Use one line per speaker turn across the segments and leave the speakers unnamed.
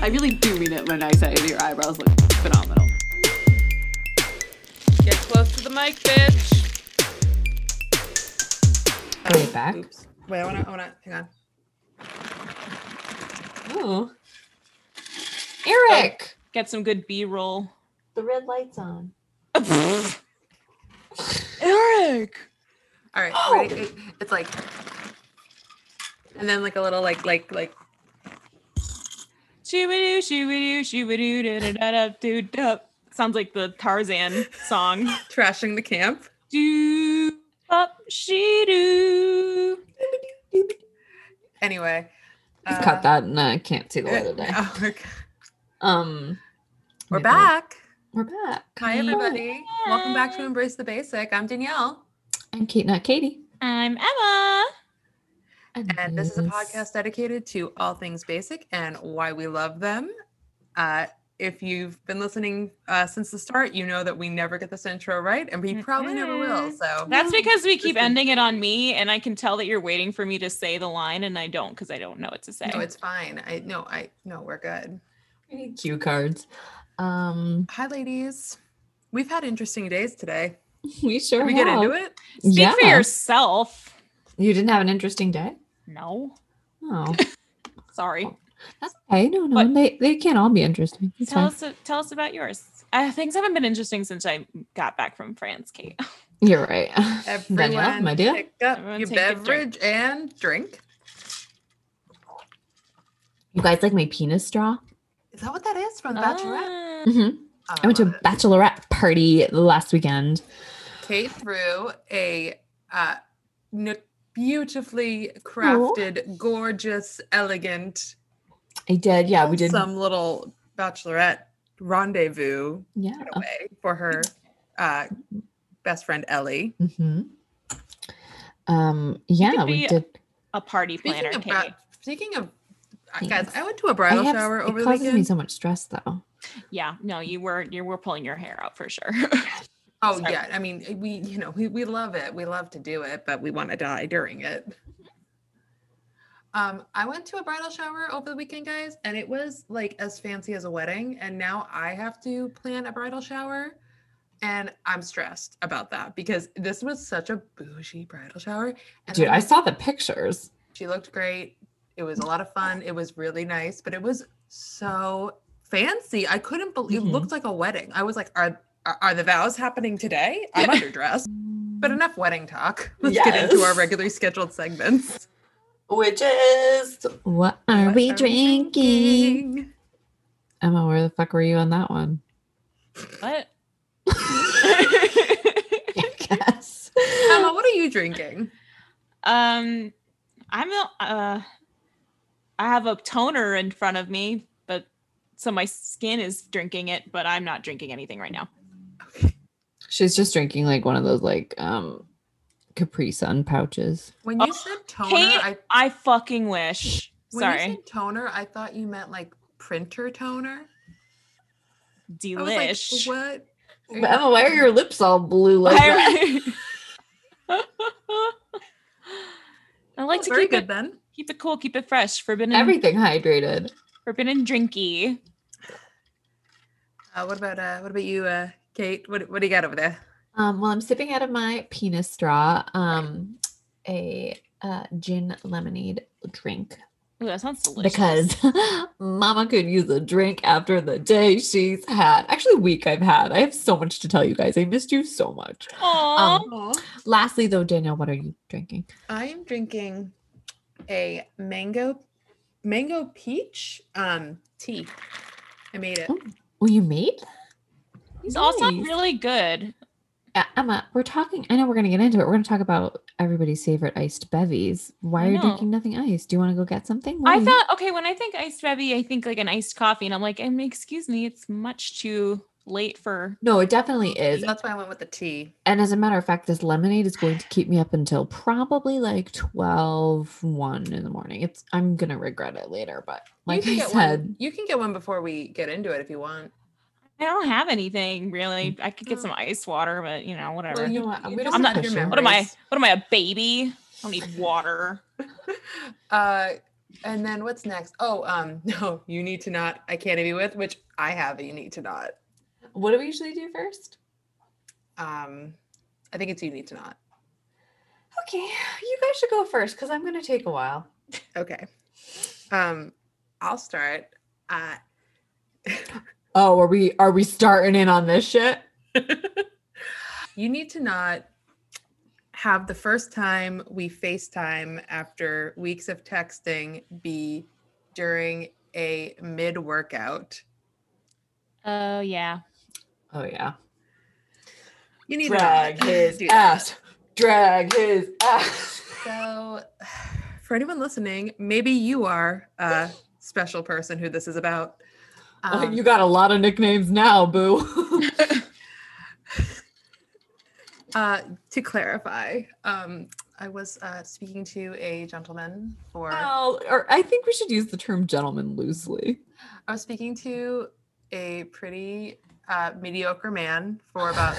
I really do mean it when I say your eyebrows look phenomenal.
Get close to the mic, bitch.
Put it back.
Oops.
Wait, I wanna, I wanna, hang on.
Ooh. Eric,
Get some good B roll.
the red light's on.
Eric.
All right,
Oh.
ready? It- it's like, and then like a little like like like.
Shoo-ba-doo, shoo-ba-doo, shoo-ba-doo, da-da-da-da-doo-dup. Sounds like the Tarzan song.
Trashing the camp.
Do up she do.
Anyway.
I've
uh,
caught that and I can't see the light of day.
oh, okay.
Um,
We're
yeah,
back.
We're back.
Hi, everybody. Welcome back to Embrace the Basic. I'm Danielle,
I'm Kate, not Katie.
I'm Emma.
and this is a podcast dedicated to all things basic and why we love them. Uh, if you've been listening uh, since the start, you know that we never get this intro right, and we probably never will.
Mm-mm.
So
That's because we keep
Listen.
ending it on me, and I can tell that you're waiting for me to say the line, and I don't because I don't know what to say.
no, it's fine. I no, I no, we're good.
We need cue cards. Um,
Hi, ladies. We've had interesting days today.
we sure
Can we get into it?
Speak for
yeah.
yourself.
You didn't have an interesting day?
No,
Oh,
sorry.
that's okay. No, no,
What?
they they can't all be interesting. It's
Tell
fine.
us, tell us about yours. Uh, things haven't been interesting since I got back from France, Kate.
You're right. Danielle,
Everyone,
my dear.
pick up
Everyone
your
take a drink.
beverage and drink.
You guys like my penis straw?
Is that what that is from The Bachelorette?
Ah.
hmm
Oh,
Uh, I went to a
love it.
bachelorette party last weekend.
Kate threw a uh, n- beautifully crafted, gorgeous, elegant,
I did. Yeah, we did.
some little bachelorette rendezvous
Yeah.
in a way for her uh, best friend Ellie.
hmm Um. Yeah,
could
we
be
did.
A party planner,
Speaking of,
Kate.
ba- speaking of uh, guys,
Thanks.
I went to a
I
bridal
have-
shower over
it
the
causes me
weekend.
so much stress, though.
yeah, no, you were you were pulling your hair out for sure.
oh
sorry.
yeah, I mean we you know we we love it, we love to do it, but we want to die during it. Um, I went to a bridal shower over the weekend, guys, and it was like as fancy as a wedding. And now I have to plan a bridal shower, and I'm stressed about that because this was such a bougie bridal shower. And
Dude,
I
I saw the pictures.
She looked great. It was a lot of fun. It was really nice, but it was so fancy. I couldn't believe it
Mhm.
Mm-hmm.
looked like a wedding. I was like, are are, are the vows happening today? I'm underdressed. But enough wedding talk. Let's get into our
Yes.
regularly scheduled segments.
Witches. What are
What
we drinking?
drinking?
Emma, where the fuck were you on that one?
what?
I guess.
Emma, what are you drinking?
um, I'm a, uh, I have a toner in front of me, but so my skin is drinking it, but I'm not drinking anything right now.
She's just drinking like one of those like um Capri Sun pouches.
When
Oh,
you said toner,
Kate,
I
I fucking wish.
when you
Sorry,
said toner, I thought you meant like printer toner. I
delish.
was like, what? Are you-
Emma, why are your lips all blue like that?
I, I like
Oh,
to
very
keep
good
it
then.
keep it cool, keep it fresh, forbidden
everything hydrated?
forbidden drinky.
Uh, what about uh, what about you, uh, Kate? What what do you got over there?
Um, well, I'm sipping out of my penis straw, um, a uh, gin lemonade drink
Ooh, that sounds delicious.
because Mama could use a drink after the day she's had. Actually, week I've had. I have so much to tell you guys. I missed you so much.
Aw.
um, Lastly, though, Danielle, what are you drinking?
I am drinking a mango mango peach um tea. I made it.
Oh. Well, you made
These all sound
nice.
really good.
Uh, Emma, we're talking. I know we're going to get into it. We're going to talk about everybody's favorite iced bevies. Why
I
are you
know.
drinking nothing iced? Do you want to go get something?
I
Why?
thought, okay, when I think iced bevy, I think like an iced coffee, and I'm like, um, excuse me, it's much too late for.
No, it definitely is.
That's why I went with the tea.
And as a matter of fact, this lemonade is going to keep me up until probably like 12, 1 in the morning. It's I'm gonna regret it later, but like
you
I
can get
said,
one. You can get one before we get into it if you want.
I don't have anything really. I could get some iced water, but you know, whatever.
you know what, we don't
I'm
have
not-
to push it.
what am I? What am I, a baby? I don't need water.
Uh, And then what's next? Oh, um, no, you need to not. I can't be with, which I have. a You need to not.
What do we usually do first?
Um, I think it's you need to not.
Okay, you guys should go first because I'm going to take a while.
Okay. Um, I'll start. Uh,
Oh, are we are we starting in on this shit?
you need to not have the first time we FaceTime after weeks of texting be during a mid workout.
Oh yeah.
Oh yeah.
You need
Drag
to not
his
do that.
ass. Drag his ass.
So, for anyone listening, maybe you are a special person who this is about.
Uh,
Um,
you got a lot of nicknames now, boo.
uh, to clarify, um, I was uh, speaking to a gentleman for.
well, or I think we should use the term gentleman loosely.
I was speaking to a pretty uh, mediocre man for about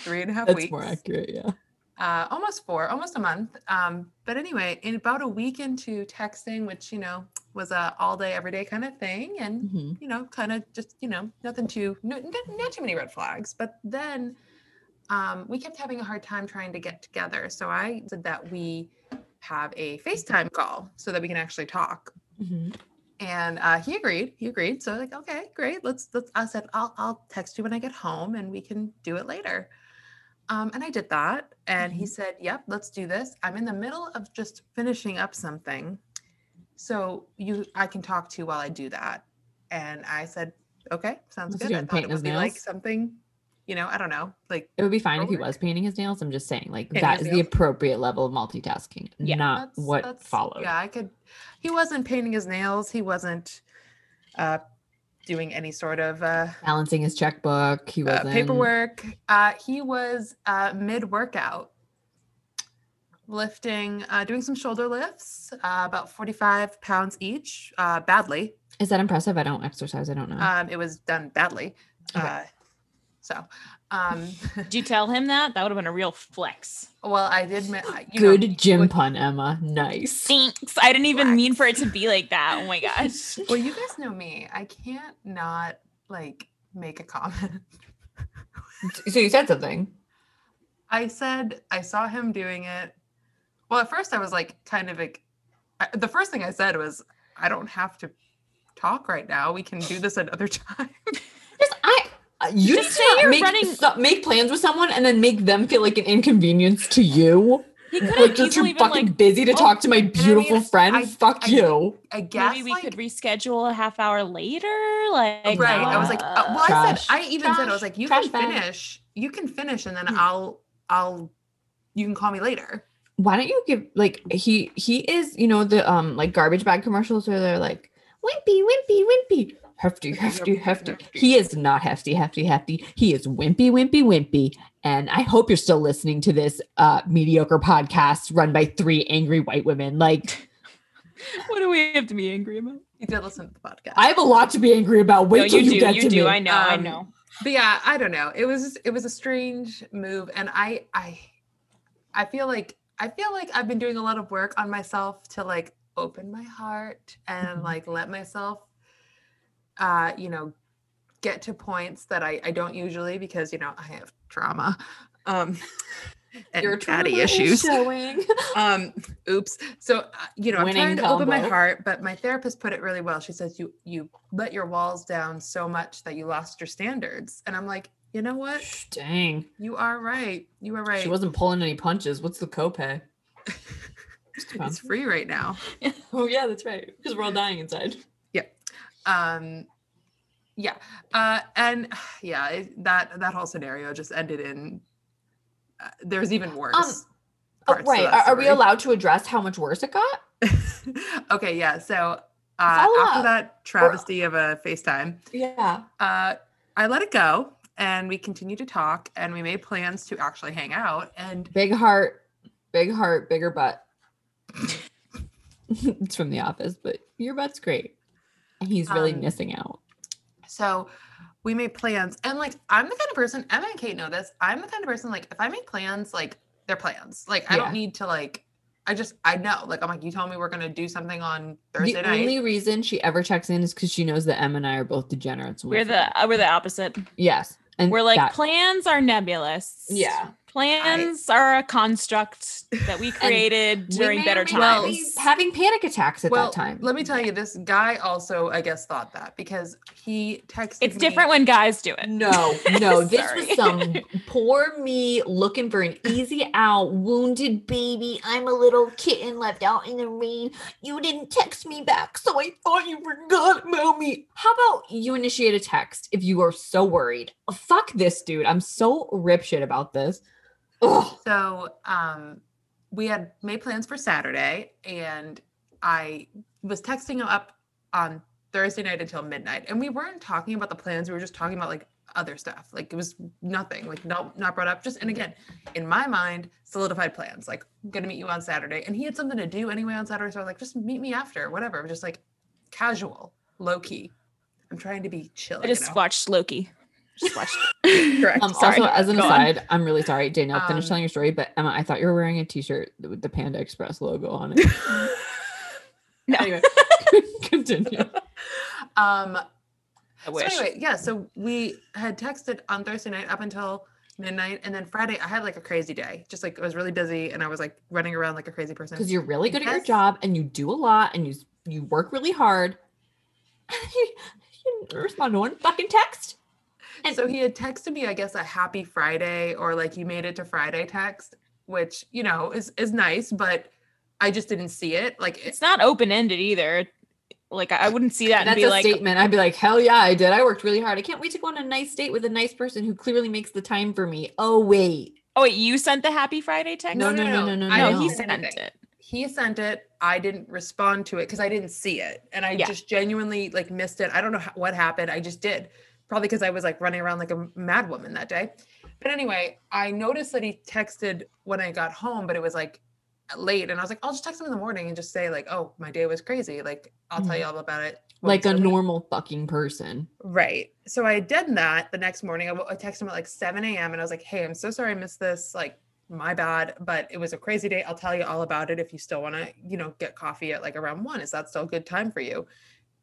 three and a half
That's
weeks.
more accurate, yeah.
uh, almost four, almost a month. Um, but anyway, in about a week into texting, which you know was a all day, every day kind of thing, and
Mhm.
you know, kind of just you know, nothing too, no, not, not too many red flags. But then um, we kept having a hard time trying to get together, so I said that we have a FaceTime call so that we can actually talk.
Mhm.
And uh, he agreed. He agreed. So I was like, okay, great. Let's let's. I said, I'll I'll text you when I get home, and we can do it later. Um, and I did that. And
Mm-hmm.
he said, yep, let's do this. I'm in the middle of just finishing up something, so you I can talk to you while I do that. And I said, okay, sounds
Was he
good. I
doing
thought
painting
it
his
would be like
nails?
something, you know, I don't know, like
It would be fine if he
Forward.
was painting his nails. I'm just saying, like
Painting
that
his
is the
nails.
appropriate level of multitasking,
Yeah,
not Uh, what followed.
Yeah, I could. He wasn't painting his nails. He wasn't uh, doing any sort of. Uh,
Balancing his checkbook, he
uh,
was
paperwork. Uh, he was uh, mid workout, lifting, uh, doing some shoulder lifts, uh, about 45 pounds each, uh, badly.
Is that impressive? I don't exercise. I don't know.
Um, it was done badly.
Hmm. Okay.
Uh, so, um,
Did you tell him that? That would have been a real flex.
well, I did. ma- I- you know,
Good gym
what-
pun, Emma. Nice.
Thanks. I didn't even mean for it to be like that. Oh my gosh.
Well, you guys know me. I can't not like make a comment.
So you said something.
I said I saw him doing it. Well, at first I was like kind of like I, the first thing I said was I don't have to talk right now. We can do this another time.
Just I. uh, You
Just
just
say you're
make,
running-
so- make plans with someone and then make them feel like an inconvenience to you.
He could
Like
have
you're too
easily been
fucking
like,
busy to
"Oh,
talk to my beautiful friend.
I-
Fuck
I-
you.
I guess
maybe we
like,
could reschedule a half hour later. Like,
right. I was like, uh, well, I said
Trash.
I even said I was
Trash.
like, you
Trash
can
bag.
finish, you can finish, and then
Hmm.
I'll I'll you can call me later.
why don't you give like he he is you know the um like garbage bag commercials where they're like wimpy wimpy wimpy hefty hefty hefty he is not hefty hefty hefty he is wimpy wimpy wimpy and i hope you're still listening to this uh mediocre podcast run by three angry white women like
what do we have to be angry about?
You did listen to the podcast.
i have a lot to be angry about wait
no,
till
you do.
you, get
you
to
do.
me
I know. I
Um,
know.
but yeah i don't know it was it was a strange move and i i i feel like i feel like i've been doing a lot of work on myself to like open my heart and
Mhm.
like let myself uh you know get to points that i i don't usually because you know i have trauma um and
Your trauma
daddy
is
issues
showing.
um oops so uh, you know i'm
Winning
trying to open my
combo.
heart but my therapist put it really well she says you you let your walls down so much that you lost your standards and i'm like you know what
dang
you are right you are right
she wasn't pulling any punches what's the copay
it's free right now
oh yeah that's right because we're all dying inside
um yeah uh and yeah it, that that whole scenario just ended in uh, there's even worse
Um, Oh,
parts to
right.
that
Are, are we
story.
allowed to address how much worse it got?
okay yeah so uh,
Follow
after
up.
that travesty of a facetime
Yeah.
uh, I let it go and we continued to talk and we made plans to actually hang out. And
Big heart, big heart, bigger butt. it's from The Office, but your butt's great. And he's really
Um,
missing out.
so we made plans. And like, I'm the kind of person, Emma and Kate know this. I'm the kind of person, like, if I make plans, like, they're plans. Like, I
Yeah.
don't need to, like, I just I know. Like I'm like, you told me we're gonna do something on Thursday
The
night.
only reason she ever checks in is because she knows that Em and I are both degenerates. and we
We're the uh, we're the opposite.
forget. yes, and
We're like
Mm, that-
plans are nebulous.
yeah.
Plans are a construct that we created during
may or
better
may not
times.
be having panic attacks at
well,
that time.
let me tell you, this guy also, I guess, thought that because he texted.
It's
me-
different when guys do it.
No, no, this
Sorry.
was some poor me looking for an easy out, wounded baby. I'm a little kitten left out in the rain. You didn't text me back, so I thought you forgot about me. How about you initiate a text if you are so worried? Fuck this dude. I'm so ripshit about this. Ugh.
So um, we had made plans for Saturday, and I was texting him up on Thursday night until midnight, and we weren't talking about the plans. We were just talking about like other stuff. Like it was nothing. Like not not brought up. Just and again, in my mind, solidified plans. Like I'm gonna meet you on Saturday, and he had something to do anyway on Saturday, so I was like, just meet me after, whatever. It was just like casual, low key. I'm trying to be chill.
I
you
just
know?
watched Loki. Just watched.
Correct.
Um,
Sorry.
also, as an
Go on.
aside, I'm really sorry, Danielle. Finish
Um,
telling your story, but Emma, I thought you were wearing a T-shirt with the Panda Express logo on it.
No.
Anyway, continue.
um,
I wish.
So anyway, yeah. So we had texted on Thursday night up until midnight, and then Friday I had like a crazy day. Just like I was really busy, and I was like running around like a crazy person.
because you're really good at your
Yes.
job and you do a lot and you s- you work really hard. you didn't respond to one fucking text. And
So he had texted me, I guess, a happy Friday or like you made it to Friday text, which you know is is nice, but I just didn't see it. Like
it's not open ended either. Like I I wouldn't see that and
that's
be
a
like,
statement. I'd be like, hell yeah, I did. I worked really hard. I can't wait to go on a nice date with a nice person who clearly makes the time for me. Oh wait,
"Oh wait, you sent the Happy Friday text?"
No, no, no, no, no,
I
no,
didn't
he
send
sent
anything.
it.
he sent it i didn't respond to it because i didn't see it and i
Yeah.
just genuinely like missed it i don't know ho- what happened i just did probably because i was like running around like a mad woman that day but anyway i noticed that he texted when i got home but it was like late and i was like i'll just text him in the morning and just say like oh my day was crazy like i'll tell
Mhm.
you all about it when
like
we
a
still meet."
normal fucking person.
Right. So I did that the next morning. I, w- I texted him at like 7 a.m. and I was like, hey, I'm so sorry I missed this. Like, my bad, but it was a crazy day. I'll tell you all about it if you still want to, you know, get coffee at like around one. Is that still a good time for you?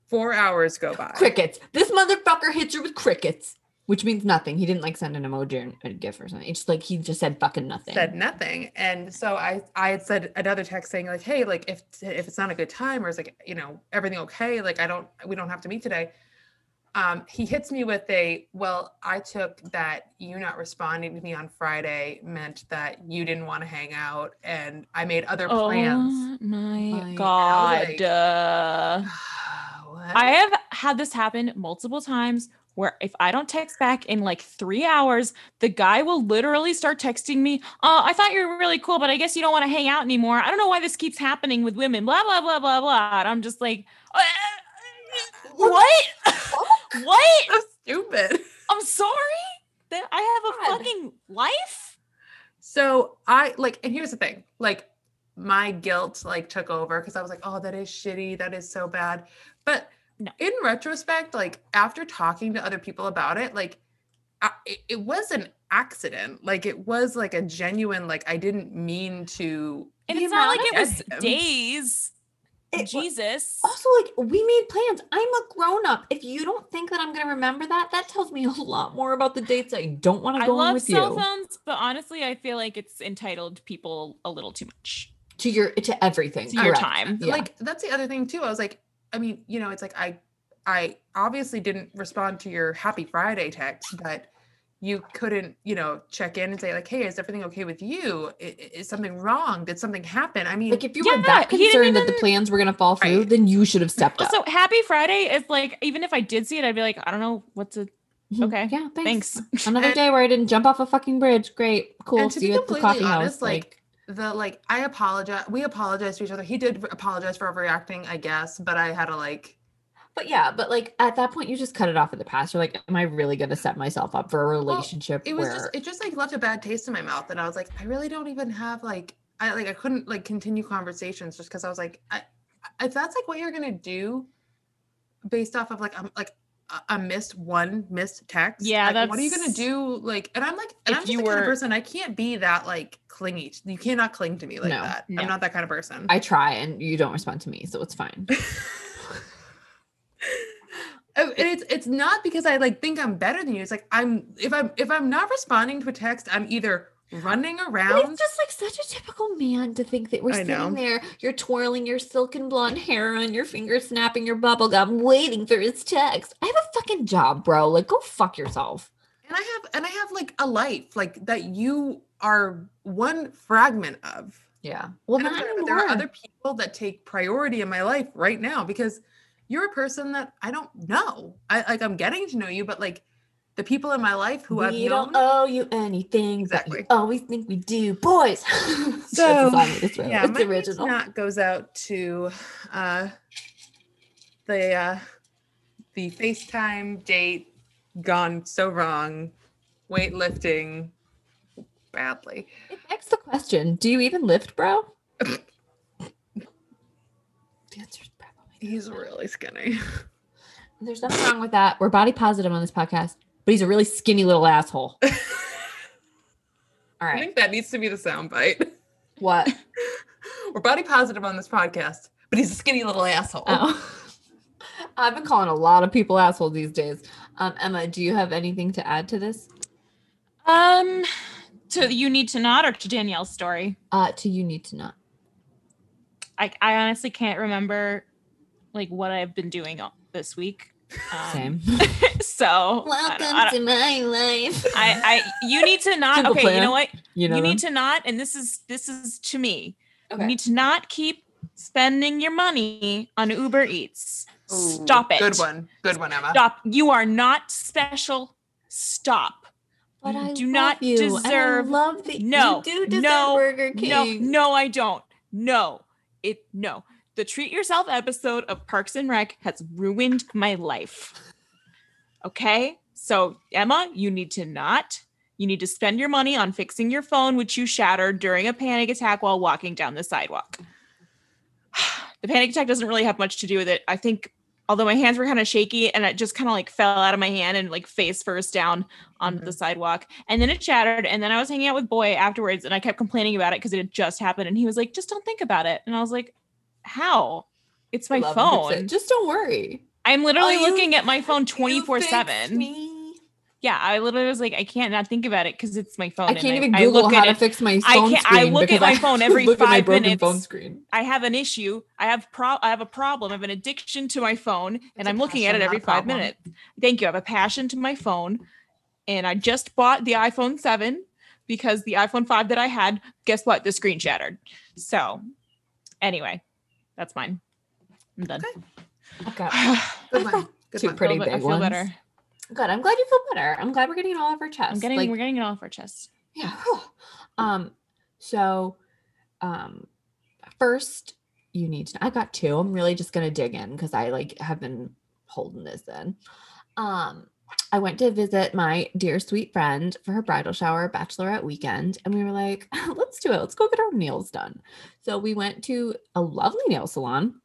Four hours go by.
Crickets. This motherfucker hits her with crickets, which means nothing. He didn't like send an emoji or a gif or something. It's just like he just said fucking nothing.
Said nothing. And so I I had said another text saying, like, hey, like if if it's not a good time or it's like, you know, everything okay, like I don't we don't have to meet today. Um, he hits me with a well, I took that you not responding to me on Friday meant that you didn't want to hang out and I made other plans.
Oh my,
My-
god.
like-
uh,
What?
I have had this happen multiple times where if I don't text back in like three hours, the guy will literally start texting me, Oh, I thought you were really cool, but I guess you don't want to hang out anymore. I don't know why this keeps happening with women, blah, blah, blah, blah, blah. And I'm just like, What? what?
so stupid.
I'm sorry that I have a
God.
fucking life.
So I like, and here's the thing, like my guilt like took over because I was like, oh, that is shitty. That is so bad. But
No.
in retrospect, like after talking to other people about it, like I, it, it was an accident. Like it was like a genuine, like I didn't mean to.
And
The
it's not
amount
like it
of
was
time.
days.
It wa- Oh,
Jesus.
Also, like we made plans. I'm a grown up. If you don't think that I'm gonna remember that, that tells me a lot more about the dates I don't want to
I
go on
love
with
cell
you.
phones, but honestly, I feel like it's entitled people a little too much
To your to everything.
to your
correct.
time.
Yeah.
Like that's the other thing too. I was like, I mean, you know, it's like I I obviously didn't respond to your happy Friday text, but you couldn't, you know, check in and say like, "Hey, is everything okay with you? I- i- Is something wrong? Did something happen?" I mean,
Like if you were
Yeah,
that
he didn't
concerned that the
even-
plans were gonna fall through,
Right.
then you should have stepped up.
Also, Happy Friday is like, even if I did see it, I'd be like, I don't know what to.
Mhm.
okay,
Yeah. Thanks.
Thanks.
Another
And-
day where I didn't jump off a fucking bridge. Great. Cool.
And to
See
be
you at the
completely
coffee house.
honest, like, the like I apologize. We apologize to each other. He did apologize for overreacting, I guess, but I had to like
but yeah, but like at that point, you just cut it off in the past. You're like, am I really gonna set myself up for a relationship
it was
where
just it just like left a bad taste in my mouth and i was like i really don't even have like i like i couldn't like continue conversations just because i was like I, I- if that's like what you're gonna do based off of like i'm like a- a missed one missed text.
Yeah,
like, what are you gonna
that's-
do? Like, and I'm like, and
If
I'm just
you
the kind
were-
of person I can't be that like clingy. You cannot cling to me like
No,
that.
no.
I'm not that kind of person.
I try and you don't respond to me, so it's fine.
Oh, and it's it's not because I like think I'm better than you. It's like I'm if I'm if I'm not responding to a text, I'm either running
But
around.
it's just like such a typical man to think that we're
I
sitting
know.
there, you're twirling your silken blonde hair on your finger, snapping your bubble gum, waiting for his text. I have a fucking job, bro. Like, go fuck yourself.
and I have and I have like a life like that you are one fragment of.
Yeah. Well,
And
not
I'm like, but there are
anymore.
other people that take priority in my life right now because you're a person that I don't know. I like I'm getting to know you, but like the people in my life who I've
we don't
known.
owe you anything. Exactly.
Exactly.
But you always think we do, boys.
So,
yeah, it's
my thanks
original.
Not goes out to uh, the uh, the FaceTime date gone so wrong, weightlifting badly.
It begs the question: Do you even lift, bro? the answer is probably no.
He's really skinny.
There's nothing wrong with that. We're body positive on this podcast, but he's a really skinny little asshole. All
I
right.
think that needs to be the soundbite.
What?
We're body positive on this podcast, but he's a skinny little asshole.
Oh. I've been calling a lot of people assholes these days. Um, Emma, do you have anything to add to this?
Um, to you need to not or to Danielle's story.
Uh, to you need to not.
I I honestly can't remember like what I've been doing all- this week. Um,
Same.
So I, don't- I, don't-
to my life.
I, I you need to not.
Simple
Okay, you
plan.
know what?
you know,
you need to not. And this is this is to me.
okay.
You need to not keep spending your money on Uber Eats.
Ooh,
Stop it.
Good one. Good one, Emma.
Stop. You are not special. Stop.
but
you
I
do
love
not
you, and I
deserve-
love that
No,
you do deserve
no,
Burger
No,
King.
no, I don't. No, it no. The treat yourself episode of Parks and Rec has ruined my life. Okay, so Emma, you need to not. You need to spend your money on fixing your phone, which you shattered during a panic attack while walking down the sidewalk. The panic attack doesn't really have much to do with it. I think, although my hands were kind of shaky and it just kind of like fell out of my hand and like face first down onto
Mm-hmm.
the sidewalk. And then it shattered. And then I was hanging out with Boy afterwards and I kept complaining about it because it had just happened. And he was like, just don't think about it. And I was like, how? It's my
Love
phone.
Dipset. Just don't worry.
I'm literally
Oh, you-
looking at my phone
You
24
fixed
7.
me.
Yeah, I literally was like, I can't not think about it because it's my phone.
I
and
can't even
I
Google
look
how
at
to
it.
fix my
I
phone
can't- I
screen
look at
because
my phone every
look at my
five
broken
minutes.
phone screen.
I have an issue. I have pro. I have a problem. I have an addiction to my phone, and
a
I'm looking at
passion,
it
not
every
a
five
problem.
minutes. Thank you. I have a passion to my phone, and I just bought the iPhone seven because the iPhone five that I had, guess what? The screen shattered. So, anyway, that's mine. I'm done. Oh,
I've got
Good
I've
one. Good
two
one.
pretty
I feel,
big
be- I feel
ones.
better.
Good. I'm glad you feel better. I'm glad we're getting it all off our chest.
I'm getting.
Like,
we're getting it off our chest.
yeah. whew. Um. So, um, first you need to. I've got two. I'm really just gonna dig in because I like have been holding this in. Um. I went to visit my dear sweet friend for her bridal shower bachelorette weekend, and we were like, let's do it. Let's go get our nails done. So we went to a lovely nail salon,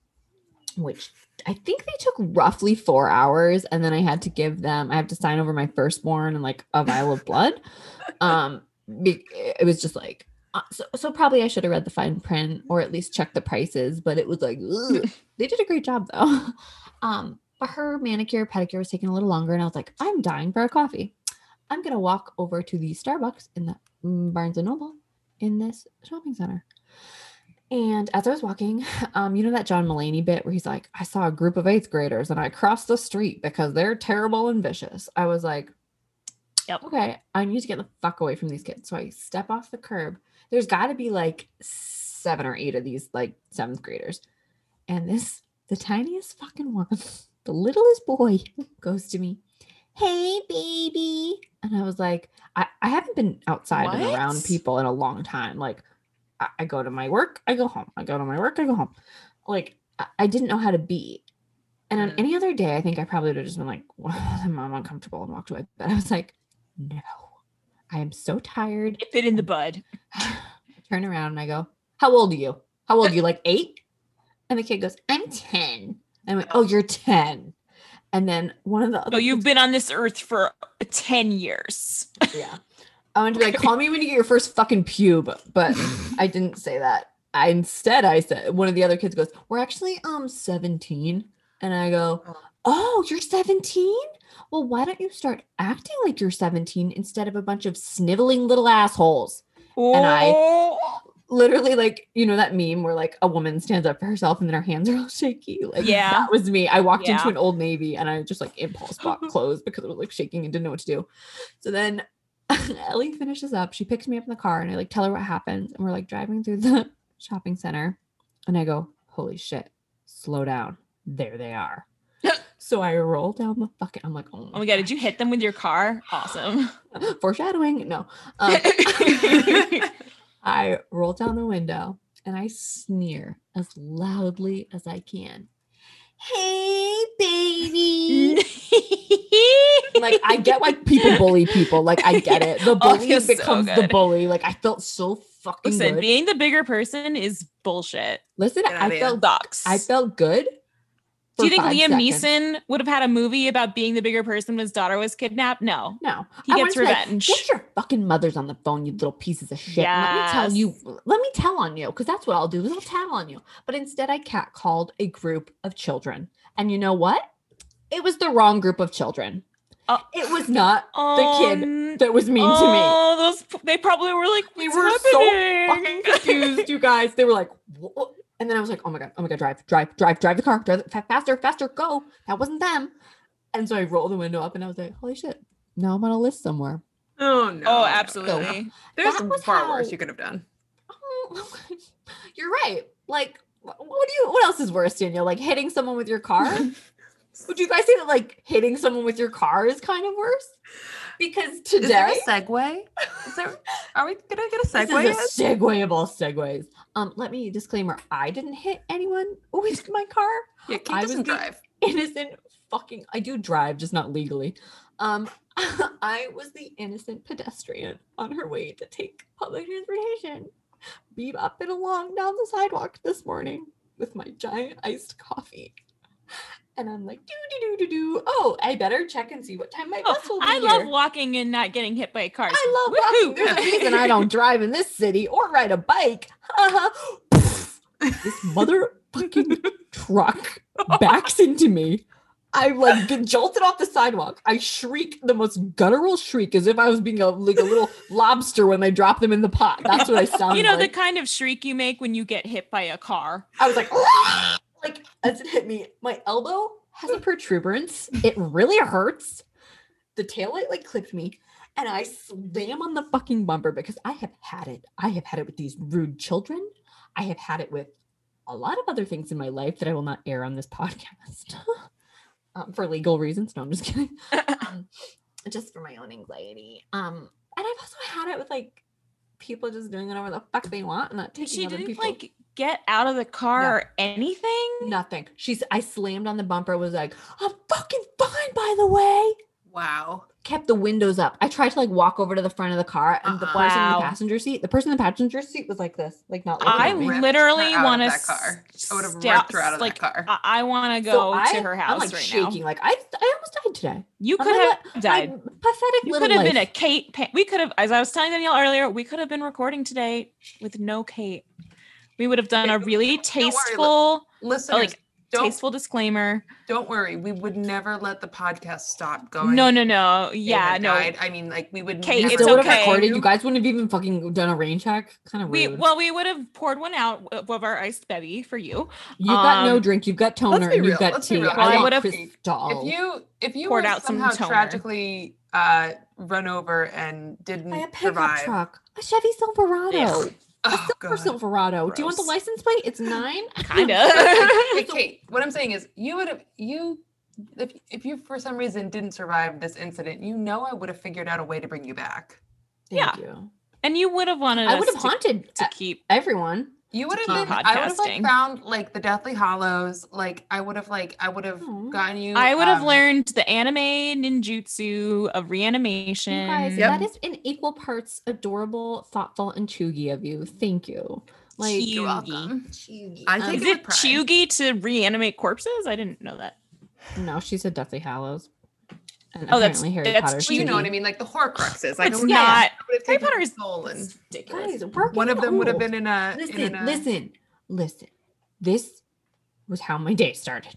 which I think they took roughly four hours, and then I had to give them. I have to sign over my firstborn and like a vial of blood. Um, be- it was just like uh, so. So probably I should have read the fine print or at least checked the prices, but it was like ugh. they did a great job though. Um, but her manicure pedicure was taking a little longer, and I was like, I'm dying for a coffee. I'm gonna walk over to the Starbucks in the mm, Barnes and Noble in this shopping center. And as I was walking, um, you know that John Mulaney bit where he's like, I saw a group of eighth graders and I crossed the street because they're terrible and vicious. I was like,
Yep.
Okay, I need to get the fuck away from these kids. So I step off the curb. There's got to be like seven or eight of these like seventh graders, and this the tiniest fucking one, the littlest boy, goes to me, "Hey, baby," and I was like, I, I haven't been outside and around
What?
people in a long time. Like, I, I go to my work, I go home. I go to my work, I go home. Like, I, I didn't know how to be. And on
Mm.
any other day, I think I probably would have just been like, I'm I'm uncomfortable and walked away. But I was like, no, I am so tired.
Nip it in the bud.
I turn around and I go, How old are you? How old are you? Like eight? And the kid goes, I'm 10. And I went, Oh, you're 10. And then one of the other
No, you've been on this earth for 10 years.
Yeah. I wanted to be like, call me when you get your first fucking pube, but I didn't say that. I instead I said one of the other kids goes, We're actually um 17. And I go, Oh, you're 17? Well, why don't you start acting like you're 17 instead of a bunch of sniveling little assholes? And I-
Oh,
Literally, like, you know, that meme where like a woman stands up for herself and then her hands are all shaky. Like
Yeah.
that was me. I walked
Yeah.
into an old navy and I just like impulse bought clothes because I was like shaking and didn't know what to do. So then Ellie finishes up. She picks me up in the car and I like tell her what happened. And we're like driving through the shopping center. And I go, holy shit, slow down. There they are. so I roll down the fucking, I'm like, oh
oh my God, did you hit them with your car? Awesome.
God. Foreshadowing. No. Um, I roll down the window and I sneer as loudly as I can. Hey, baby. like, I get why people bully people. Like, I get it. The
Oh,
bully
you're so
becomes the
good.
bully. Like, I felt so fucking
Listen,
good.
being the bigger person is bullshit.
Listen,
Get
I
outta here.
felt
Sucks.
I felt good.
Do you
for
think
five
Liam
seconds.
Neeson would have had a movie about being the bigger person when his daughter was kidnapped? No.
No,
He
I wanted
gets
to be like,
revenge.
Get your fucking mothers on the phone, you little pieces of shit. and Let me tell you. Let me tell on you, because that's what I'll do. Is I'll tattle on you. But instead, I catcalled a group of children, and you know what? It was the wrong group of children.
Oh.
it was not
Oh,
kid
n-
that was mean to me.
oh, those p- they probably were like,
They
"What's
were
happening?"
Fucking confused, you guys. They were like, "What?" and then I was like, "Oh my god, oh my god, drive, drive, drive, drive the car, drive the, fa- faster, faster, go." That wasn't them. And so I rolled the window up, and I was like, "Holy shit!" Now I'm on a list somewhere.
Oh no.
oh,
no.
absolutely.
There's
That was
far
how-
worse you could have done.
Oh, You're right. Like, wh- what do you? What else is worse, Daniel? Like hitting someone with your car. Would you guys say that like hitting someone with your car is kind of worse? Because
Is there
today
a segue? Is there, are we gonna get a
this
segue? yet?
is a segue of all segues. Um, let me disclaimer: I didn't hit anyone with my car.
Yeah, Kate
I was
doesn't
being-
drive.
Innocent fucking. I do drive, just not legally. Um, I was the innocent pedestrian on her way to take public transportation. beat up and along down the sidewalk this morning with my giant iced coffee. And I'm like, doo doo doo doo doo. Oh, I better check and see what time my bus will
Oh,
be.
I love
here."
walking and not getting hit by cars.
I love walking. There's a reason I don't drive in this city or ride a bike. Uh-huh. this motherfucking truck backs into me. I like get jolted off the sidewalk. I shriek the most guttural shriek as if I was being a, like a little lobster when they drop them in the pot. That's what I sound
You know the
like.
kind of shriek you make when you get hit by a car.
I was like, like as it hit me, my elbow has a protuberance. It really hurts. The taillight like clipped me, and I slam on the fucking bumper because I have had it. I have had it with these rude children. I have had it with a lot of other things in my life that I will not air on this podcast um, for legal reasons. No, I'm just kidding. Um, just for my own anxiety. Um, and I've also had it with like people just doing whatever the fuck they want and not taking
She
other
didn't
people.
like get out of the car or anything.
Nothing. She's I slammed on the bumper, was like, I'm fucking fine by the way.
Wow.
Kept the windows up. I tried to like walk over to the front of the car and the
Uh-uh.
person in
Wow.
the passenger seat. The person in the passenger seat was like this, like not looking
I
at me.
ripped
literally
her out of
want to
that car. I would have ripped her out of
like, uh,
that car.
I, want to
So
go
I-
to her
I'm
house
like
right
shaking.
now.
Like I I almost died today.
You
I'm
could
like,
have died.
My pathetic
You
little
could have
life.
been a Kate. Pa- we could have, as I was telling Danielle earlier, we could have been recording today with no Kate. We would have done a really
worry,
tasteful,
Listeners,
like
don't
tasteful disclaimer.
don't worry. We would never let the podcast stop going.
No, no, no.
They
Yeah,
had
no.
died. I mean, like we would
Kate,
you
never
it's
still would have
okay.
recorded. You guys wouldn't have even fucking done a rain check. Kind of
We
weird.
well, we would have poured one out of of our iced bevy for you.
you've got no
um,
drink. You've got toner.
be
And you've
real,
got
let's be
tea.
real.
I
I would
would've-
have. Oh.
If you if you
Poured
were
out some
somehow
toner.
tragically uh run over and didn't
by a pickup
survive.
truck, a Chevy Silverado.
Ugh.
Oh,
Silver
God.
Silverado. Do you want the
Gross.
license plate? It's nine.
Kind
Wait,
of.
wait, Kate, what I'm saying is you would have you if if you for some reason didn't survive this incident, you know I would have figured out a way to bring you back.
Thank you.
and you would have wanted
I
us
would have
to,
haunted
to
e-
keep
everyone.
You would have
keep
been I would have
podcasting.
like found like the Deathly Hollows, like I would have like I would have
Aw.
gotten you
I would have
um,
learned the anime ninjutsu of reanimation.
You guys,
Yep.
that is in equal parts adorable, thoughtful, and chuggy of you. Thank you. Like
Chew-
You're welcome.
Chuggy.
I
Um,
think
is
it
it
with pride.
Chugi to reanimate corpses? I didn't know that.
No, she said Deathly Hallows. And
Oh, that's-
apparently Harry
that's-
Potter's
Well, you know what I
TV.
mean, like the Horcruxes. I
It's not-
don't know. I would've
Harry
taken
Potter is
stolen.
ridiculous.
Guys, we're
One of
getting
them would have
old.
been in uh, a. in
Listen,
a,
listen, listen. This was how my day started.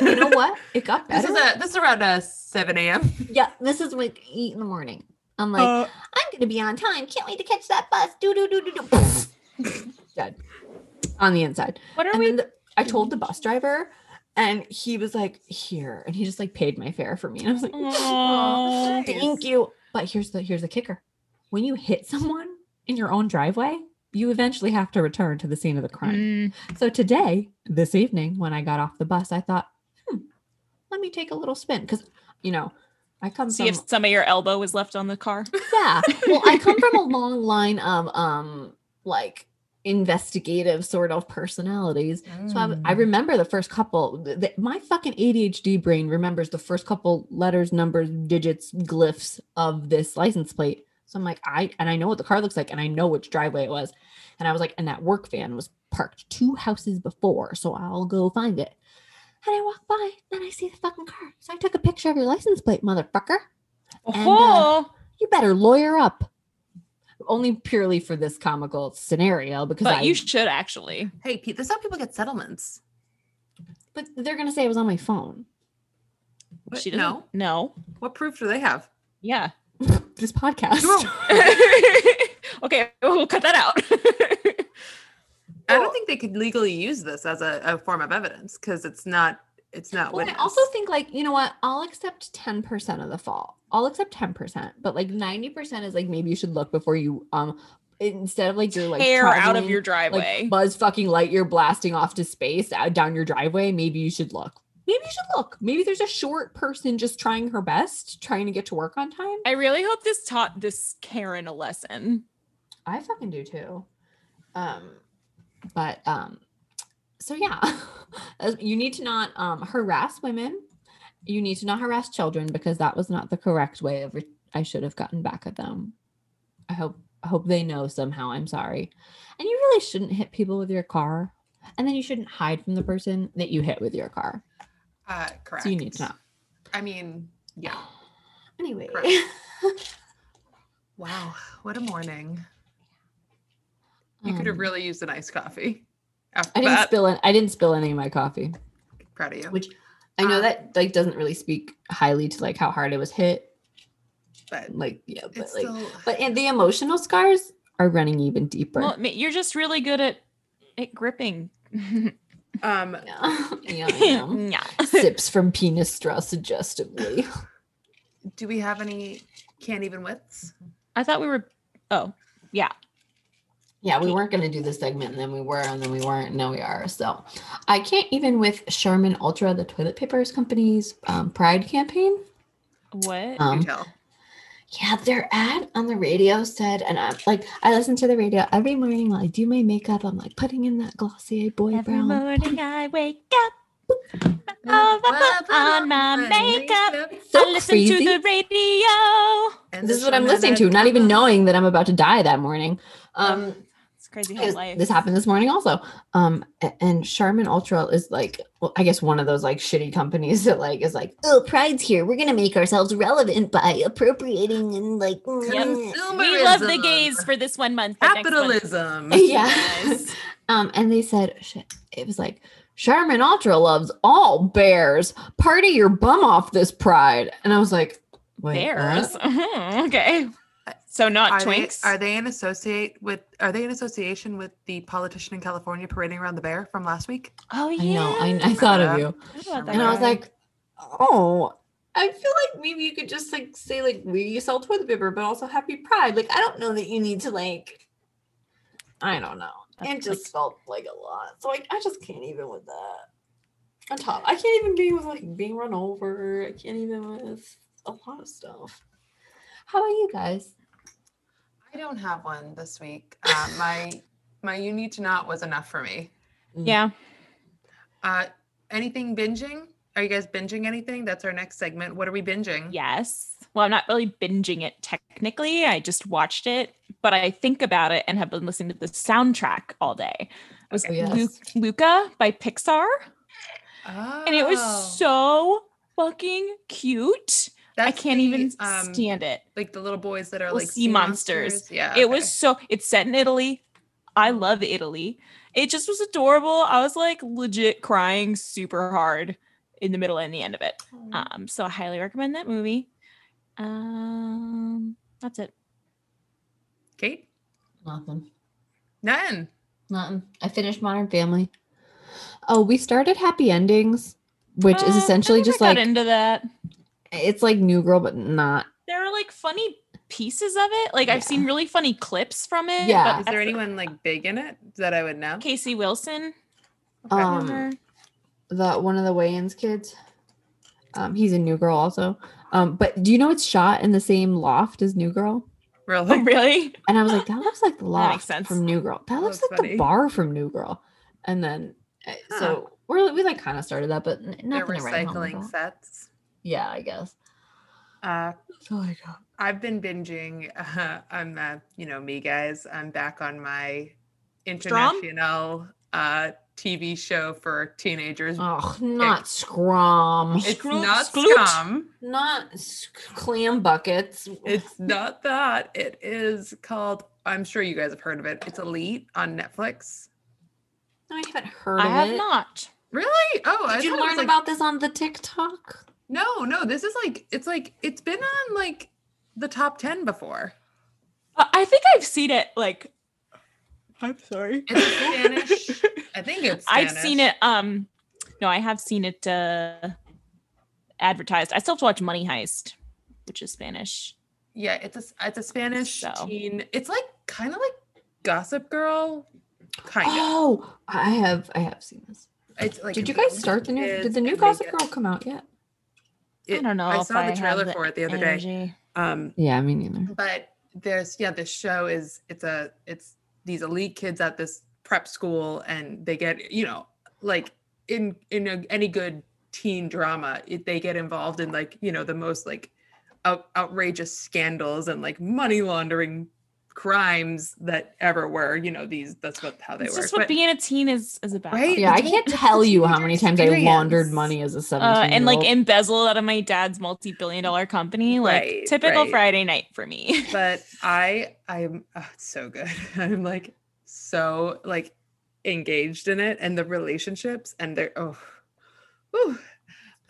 You know what? It got
This
better.
is a this is around uh, seven a.m.
yeah, this is what I eat in the morning. I'm like,
Uh,
I'm gonna be on time. Can't wait to catch that bus. Do do do do do. Dead on the inside.
what are
And
we?
then the- I told the bus driver, and he was like, "Here," and he just like paid my fare for me. And I was like,
Aw.
Thank you. But here's the here's the kicker. When you hit someone in your own driveway, you eventually have to return to the scene of the crime.
Mm,
So today, this evening, when I got off the bus, I thought, hmm, let me take a little spin. Cause you know, I come
see if
from
some of your elbow is left on the car.
yeah. Well, I come from a long line of um like investigative sort of personalities. So I,
Mm.
I remember the first couple. th- th- my fucking ADHD brain remembers the first couple letters, numbers, digits, glyphs of this license plate. So I'm like, I and I know what the car looks like, and I know which driveway it was. And I was like, and that work van was parked two houses before, so I'll go find it. And I walk by, and I see the fucking car. So I took a picture of your license plate, motherfucker. And, uh,
Oh,
You better lawyer up. Only purely for this comical scenario, because
but
I
you should actually.
Hey, Pete, that's how people get settlements.
but they're gonna say it was on my phone.
What,
She doesn't.
no.
No.
What proof do they have?
Yeah.
This podcast.
okay, we'll cut that out.
I
Well-
don't think they could legally use this as a, a form of evidence because it's not it's not.
Well, I
witness.
also think like you know what? I'll accept ten percent of the fall. I'll accept ten percent, but like ninety percent is like maybe you should look before you um instead of like you're like
Hair out of
traveling,
your
like
driveway.
buzz fucking light you're blasting off to space out down your driveway. Maybe you should look. Maybe you should look. Maybe there's a short person just trying her best, trying to get to work on time.
I really hope this taught this Karen a lesson.
I fucking do too. Um, but um, so yeah, As- you need to not um harass women. You need to not harass children because that was not the correct way of. Re- I should have gotten back at them. I hope. I hope they know somehow. I'm sorry. And you really shouldn't hit people with your car. And then you shouldn't hide from the person that you hit with your car.
uh, correct.
So you need to not.
I mean, yeah.
Anyway.
Correct. Wow, what a morning! You could have
um,
really used an iced coffee. After
I didn't
that,
spill. An, I didn't spill any of my coffee.
proud of you.
which I know
Um,
that like doesn't really speak highly to like how hard I was hit.
but
Like yeah, but like
it's still.
but and the emotional scars are running even deeper.
Well, ma- you're just really good at at gripping.
um,
yeah. yeah, I know.
yeah.
Sips from penis straw suggestively.
do we have any can't even wits?
I thought we were. Oh,
Yeah, we weren't gonna do this segment and then we were and then we weren't and now we are. So I can't even with Charmin Ultra, the toilet papers company's um, pride campaign.
what?
Do
Um,
tell.
Yeah, their ad on the radio said, and I'm like, I listen to the radio every morning while I do my makeup. I'm like putting in that Glossier boy
Every
brown.
morning I wake up. Oh, I put on my makeup.
So
I listen
crazy.
to the radio.
And
this is what I'm listening to, not even knowing that I'm about to die that morning. Um,
It's crazy how
it-
Oh, life.
this happened this morning also. Um, a- and Charmin Ultra is like, well, I guess one of those like shitty companies that like is like, oh, Pride's here. We're gonna make ourselves relevant by appropriating and like, mm."
We love the gays for this one month. but next month-
Capitalism.
yeah.
Yes.
Um, and they said sh- it was like Charmin Ultra loves all bears. Party your bum off this Pride, and I was like, wait,
Bears.
what?
Mhm, okay. So not
Are they,
twinks.
are they in associate with? Are they in association with the politician in California parading around the bear from last week?
oh
I
yeah.
know. I, I thought
Yeah.
of you.
What about that
and I was
guy?
like, oh, I feel like maybe you could just like say like we sell toilet paper, but also Happy Pride. Like I don't know that you need to like, I don't know. It
That's, like-
just felt like a lot. So like I just can't even with that. On top, I can't even be with like being run over. I can't even with a lot of stuff. How about you guys?
I don't have one this week. Uh, my my you need to not was enough for me.
hmm.
yeah.
Uh, anything binging? Are you guys binging anything? That's our next segment. What are we binging?
Yes. Well, I'm not really binging it technically. I just watched it, but I think about it and have been listening to the soundtrack all day. It was
Oh, yes.
Lu- Luca by Pixar. and it was
Oh.
so fucking cute. I
That's
can't
the,
even
um,
stand it.
like the little boys that are
Little
like
sea monsters.
Yeah,
It was so it's set in Italy. I love Italy. It just was adorable. I was like legit crying super hard in the middle and the end of it.
okay.
Um, so I highly recommend that movie. Um, that's it.
Kate,
Nothing.
none.
Nothing. I finished Modern Family. Oh, we started Happy Endings, which is
Uh, I
essentially
never
just
got
like
into that.
it's like New Girl, but not.
There are like funny pieces of it. Like
Yeah.
I've seen really funny clips from it.
Yeah.
but
Is there
that's-
anyone like big in it that I would know?
Casey Wilson?
Okay.
Um,
Remember?
the one of the Wayans kids. Um, he's a New Girl also. Um, but do you know it's shot in the same loft as New Girl?
Oh,
really?
really?
And I was like, that looks like the
That
loft
makes sense.
from New Girl. That looks
That's
like
funny.
the bar from New Girl. And then uh,
Huh.
so we're we like kind of started that, but n-
They're
nothing to write home
recycling
about.
sets.
Yeah, I guess.
Uh,
Oh my god.
I've been binging. Uh, I'm, uh, you know, me guys. I'm back on my international uh, TV show for teenagers.
Oh, not scrum.
it's
Scroot-
not
Scroot.
scum.
Not sc- clam buckets.
It's not that. It is called. I'm sure you guys have heard of it. It's Elite on Netflix.
No, I haven't heard
I
of
have
it.
not.
Really? Oh, I
Did you
thought it was,
learn
like-
about this on the TikTok?
No, no. This is like it's like it's been on like the top ten before.
Uh, I think I've seen it like I'm sorry.
It's a Spanish. I think it's.
I've seen
Spanish.
it um no, I have seen it uh advertised. I still have to watch Money Heist, which is Spanish.
Yeah, it's a s- it's a Spanish
So.
teen. It's like kind of like Gossip Girl, kind of.
Oh, I have. I have seen this.
It's like
did you
it's
guys
all
start the new? Did
kids
the new
and they
Gossip
get-
Girl come out yet?
I
it-
don't know.
I
if
saw the
have
trailer for it the other day.
energy.
Um,
Yeah, me
Mm-hmm.
neither.
but there's yeah, this show is it's a it's these elite kids at this prep school, and they get you know like in in a, any good teen drama, it, they get involved in like you know the most like out, outrageous scandals and like money laundering crimes that ever were. You know these that's what how they
It's
were.
just what
But-
being a teen is is about.
Right?
Yeah, I
Did you-
can't tell you how many times I laundered
experience?
money as a
Uh,
seventeen.
and like embezzled out of my dad's multi-billion dollar company, like
Right,
typical
right.
Friday night for me.
but I I'm oh, it's so good. I'm like so like engaged in it and the relationships and they're oh whew.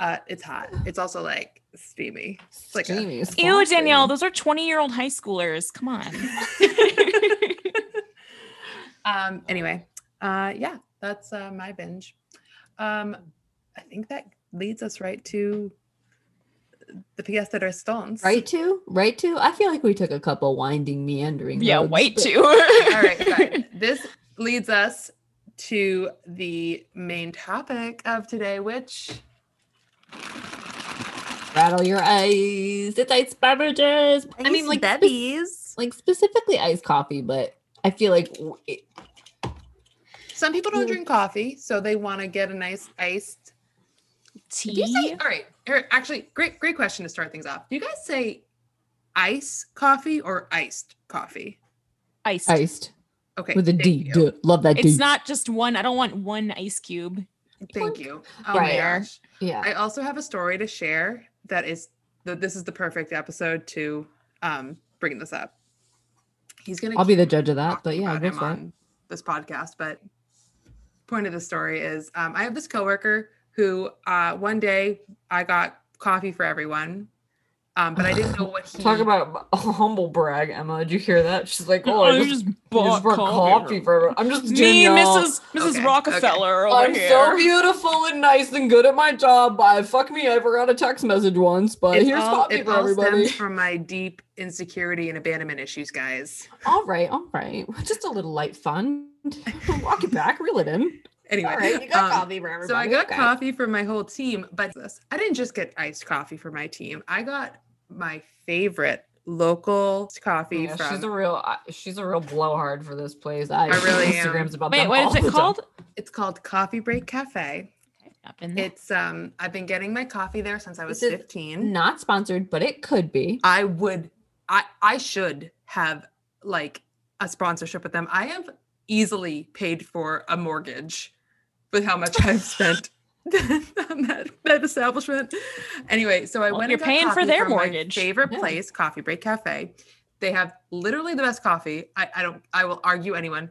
uh it's hot. It's also like steamy. It's like a,
Steamy,
Ew,
saucy.
Danielle, those are 20-year-old high schoolers. Come on.
um anyway, uh yeah, that's uh my binge. Um I think that leads us right to the pièce de résistance.
Right to right to. I feel like we took a couple winding, meandering.
yeah,
roads,
white
but-
too.
All right, fine. This leads us to the main topic of today, which
Rattle your eyes. It's ice beverages. I mean, like spe- like specifically iced coffee, but I feel like w- it,
Some people don't
Mm.
drink coffee, so they want to get a nice iced. Do you say?
Tea.
All right. er, Actually, great, great question to start things off. Do you guys say ice coffee or iced coffee?
Iced.
iced
Okay.
with a
thank
D.
you,
Duh. Love that D.
It's not just one. I don't want one ice cube.
Thank you. Oh
Right.
my gosh.
yeah.
I also have a story to share that is that this is the perfect episode to um bring this up. He's gonna.
I'll be
keep
the judge of that,
talking
Uh, but yeah,
about
go
him
for it.
on this podcast. But point of the story is, um, I have this coworker who uh, one day I got coffee for everyone, um, but I didn't know what he.
Talk about a humble brag, Emma. Did you hear that? She's like, oh,
Oh,
I
you
just,
just
I
bought
just bought coffee
coffee.
for. I'm just
Me,
Danielle.
Mrs. Mrs.
Okay,
Rockefeller over
I'm
here.
so beautiful and nice and good at my job. I fuck me, I forgot a text message once, but
It's
here's
all,
coffee
it
for
all
everybody.
stems from my deep insecurity and abandonment issues, guys.
All right, all right. Just a little light fun. Walk it back, reel it in.
Anyway,
all right, you got
um,
coffee for everybody.
So I got
okay.
coffee for my whole team, but this- I didn't just get iced coffee for my team. I got my favorite local coffee
Yeah,
from
she's a real, I- she's a real blowhard for this place. I,
I really am.
Instagrams about
Wait,
them
what
all
is
the
it
time.
called?
it's called Coffee Break Cafe.
I've been there.
It's um I've been getting my coffee there since I was
This is
15.
Not sponsored, but it could be.
I would I I should have like a sponsorship with them. I have easily paid for a mortgage with how much I've spent on that, that establishment. Anyway, so I
Well,
went.
you're
and got
paying for
coffee
their
from my
mortgage.
favorite
Yeah.
place, Coffee Break Cafe. They have literally the best coffee. I, I don't. I will argue anyone.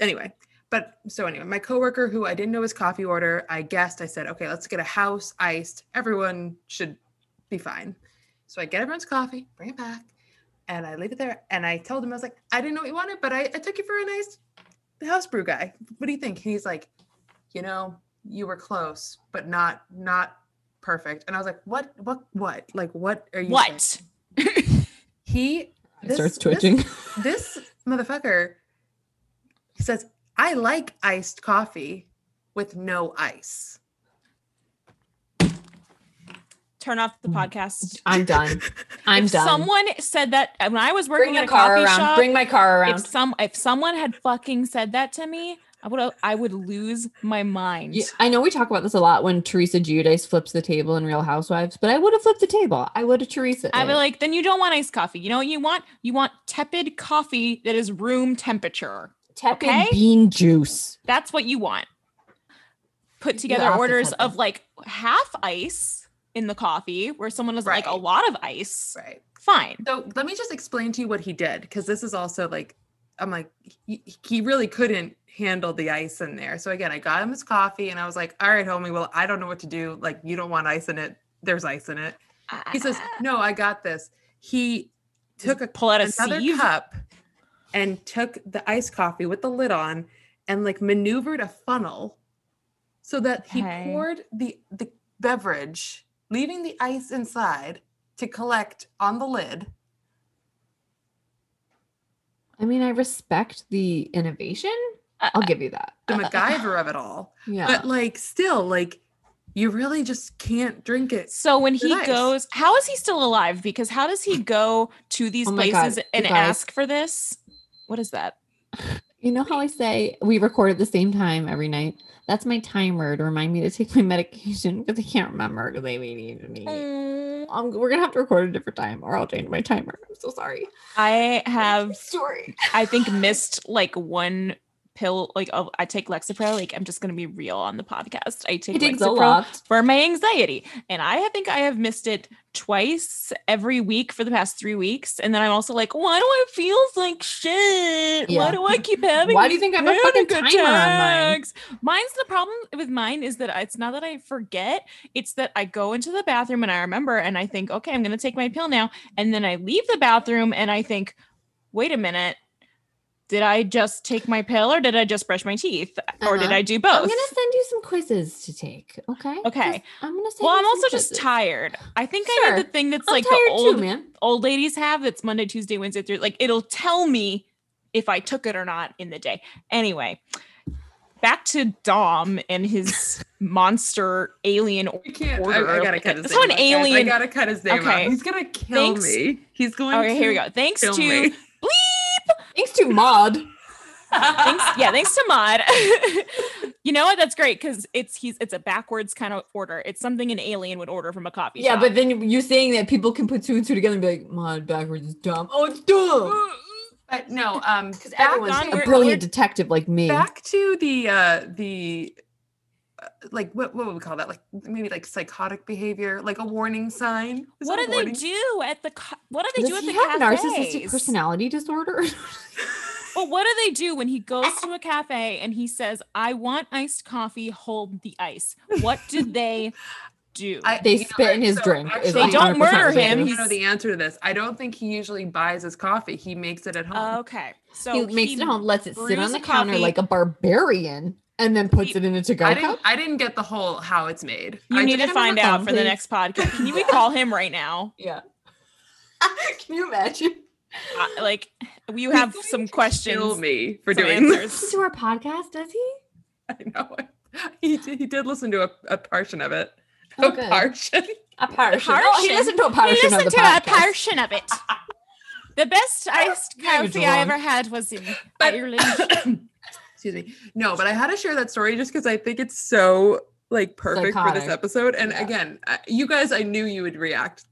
Anyway, but so anyway, my coworker who I didn't know his coffee order, I guessed. I said, okay, let's get a house iced. Everyone should be fine. So I get everyone's coffee, bring it back, and I leave it there. And I told him, I was like, I didn't know what you wanted, but I, I took you for a nice house brew guy. What do you think? And he's like, you know, you were close, but not not perfect. And I was like, what, what, what? Like, what are you? saying?"
What?
He
It
this-
starts
this-
twitching.
this motherfucker says, I like iced coffee with no ice.
Turn off the
Mm.
podcast.
I'm done. I'm
if
done.
Someone said that uh, when I was working
Bring
at
your
a
car
coffee
around.
shop.
Bring my car around.
if some if someone had fucking said that to me, I would I would lose my mind.
Yeah, I know we talk about this a lot when Teresa Giudice flips the table in Real Housewives, but I would have flipped the table. I would have Teresa.
I'd be like, then you don't want iced coffee. You know what you want? You want tepid coffee that is room temperature.
tepid
okay?
bean juice.
That's what you want. Put together
have to
orders
tepid.
of like half ice in the coffee, where someone was like a
Right.
lot of ice.
Right.
Fine.
So let me just explain to you what he did because this is also like, I'm like, he, he really couldn't handle the ice in there. So again, I got him his coffee and I was like, all right, homie, well, I don't know what to do. Like, you don't want ice in it. There's ice in it.
Ah.
He says, no, I got this. He took a
pull out a
another
sieve.
cup and took the iced coffee with the lid on and like maneuvered a funnel so that
Okay.
he poured the the beverage leaving the ice inside to collect on the lid
I mean, I respect the innovation.
Uh,
I'll give you that.
the MacGyver of it all
Yeah.
but like still like you really just can't drink it
So when he
Nice.
goes, how is he still alive? Because how does he go to these
Oh my God,
places
you
and
guys.
ask for this? What is that?
You know how I say we record at the same time every night? That's my timer to remind me to take my medication because I can't remember because I needed me.
Mm.
Um, we're gonna have to record a different time, or I'll change my timer. I'm so sorry.
I have,
Sorry.
I think, missed like one pill. Like of I take Lexapro. Like I'm just gonna be real on the podcast. I take
It takes a
Lexapro
lot.
for my anxiety, and I think I have missed it twice every week for the past three weeks. And then I'm also like, why do I feel like shit?
Yeah.
Why do I keep having?
Why do you think I have a fucking
panic
timer on mine?
attacks. Mine's the problem with mine is that it's not that I forget, it's that I go into the bathroom and I remember and I think, okay, I'm going to take my pill now. And then I leave the bathroom and I think, wait a minute, did I just take my pill or did I just brush my teeth or did
Uh-huh.
I do
I'm
both?
gonna send you some quizzes to take. Okay.
Okay.
Just- I'm gonna. Send
well,
you
I'm
some
also just
quizzes.
tired. I think I
Sure.
have the thing that's
I'm
like the
tired
old
too, man.
old ladies have that's Monday, Tuesday, Wednesday, through like it'll tell me if I took it or not in the day. Anyway, back to Dom and his monster alien.
we can't
Order
I, I
of-
gotta cut his
It's
name
not an
off, guys. i
alien-
gotta cut his name okay.
Okay.
off he's gonna kill
Thanks-
me he's going
Okay,
to
here we go. Thanks
kill
to
me.
Thanks to Maud.
thanks, yeah, thanks to Mod. you know what? That's great because it's he's it's a backwards kind of order. It's something an alien would order from a coffee
Yeah,
shop.
but then you- you saying that people can put two and two together and be like, Maud backwards is dumb. Oh, it's dumb.
but no um because
Everyone's
on,
a
we're-
brilliant detective like me.
back to the uh the uh, like what what would we call that like maybe like psychotic behavior like a warning sign Is
what
it a
do they
warning-
do at the co- what do they
Does
do at
he
the
have narcissistic
cafes?
personality disorder?
Well, what do they do when he goes to a cafe and he says, "I want iced coffee. Hold the ice." What do they do?
I-
They
you know,
spit in his
so
drink.
actually,
is
They don't
100%
murder
what it
him,
is.
I don't know the answer to this i don't think he usually buys his coffee he makes it at home
okay,
um, he
so
makes it home, lets it sit
brews
on the
a
counter
coffee.
like a barbarian, and then puts
He-
it in a
i
to-go
didn't
cup.
i didn't get the whole how it's made
You
I
need
did-
to
him on
find
the
out
phone,
for the
please.
next podcast. Can you call him right now?
Yeah. Can you imagine?
I- like, you have some
kill
questions
me for
some
doing this
answers.
Listen to our podcast, does he?
i know he did, he did listen to a, a portion of it
Oh,
a
good.
portion
A portion. Oh, he
portion.
listened to a
We
portion of the
listened to
podcast.
a portion of it. The best iced
Maybe it's
coffee I
wrong.
ever had was in
But-
Ireland.
excuse me no but i had to share that story just because i think it's so like perfect for
Psychotic.
this episode and
Yeah.
again I, you guys i knew you would react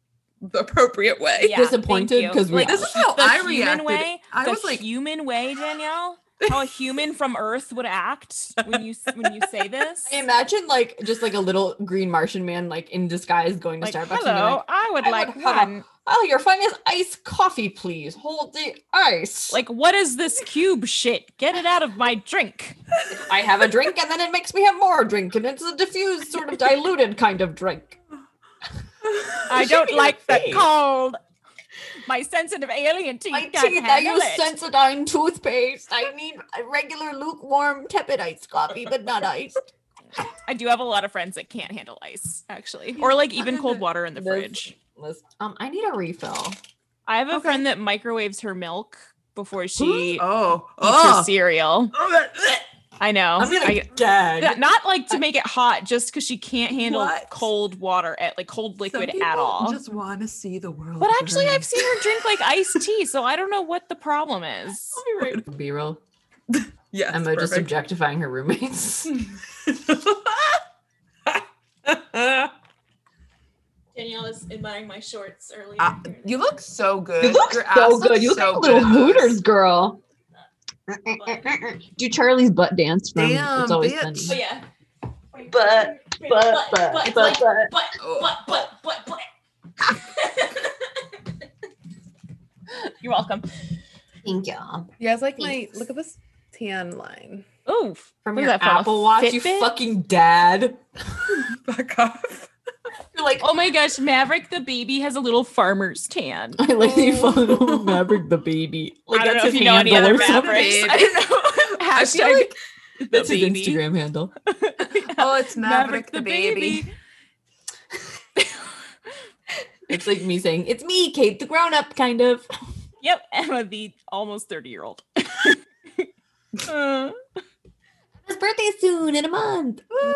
the appropriate way
Yeah, thank
Disappointed
you.
'cause we-
Like,
this is how
the
i
human
reacted
way.
i
the
was like
human way, Danielle. how a human from Earth would act when you s- when you say this.
I imagine like just like a little green Martian man like in disguise going to
Like,
Starbucks. And being
hello,
like,
I would
I
like
would have a-
one.
oh, your finest iced coffee, please. Hold the ice.
Like, what is this cube shit? Get it out of my drink.
I have a drink and then it makes me have more drink, and it's a diffused, sort of diluted kind of drink.
I
should
don't
be
like
okay.
that cold. My sensitive alien teeth
My
can't
teeth, I
handle
use
it.
Sensodyne toothpaste. I need a regular lukewarm tepid iced coffee, but not iced.
I do have a lot of friends that can't handle ice, actually, or like even cold water in the
That's-
fridge.
Let's- Um, I need a refill.
Oh
I have a friend that microwaves her milk before she
Oh,
eats her
oh,
cereal.
oh that-
I know.
I'm gonna
I-
gag.
Yeah, not like to make it hot, just because she can't handle
What?
cold water at like cold liquid
Some
at
people
all.
Just want to see the world.
But actually,
burn.
I've seen her drink like iced tea, so I don't know what the problem is.
B roll.
Yes,
Emma just objectifying her roommates.
Danielle is admiring my shorts earlier.
Ah, you look so good.
You look
Your ass
so good. You look
so
like a little
good.
Hooters girl. Do Charlie's butt dance from
Damn,
It's Always
bitch.
Sunny.
yeah.
But, But, but, but, but,
Oh,
but, but, but. You're welcome.
thank you.
Yeah, it's like my look at this tan line.
Oh,
From your Apple Watch, you fucking dad.
Fuck off.
You're like,
Oh my gosh, Maverick the baby has a little farmer's tan.
I like that you follow Maverick the baby. Like
I don't
that's
know
his
if you know any
handle
other
or something.
Mavericks.
Baby.
I don't know.
I
Hashtag
feel like
the
That's his
baby.
Instagram handle.
oh, it's Maverick, the, baby.
It's like me saying, "It's me, Kate, the grown-up," kind of.
Yep, Emma, the almost 30 year old.
His birthday soon in a month.
I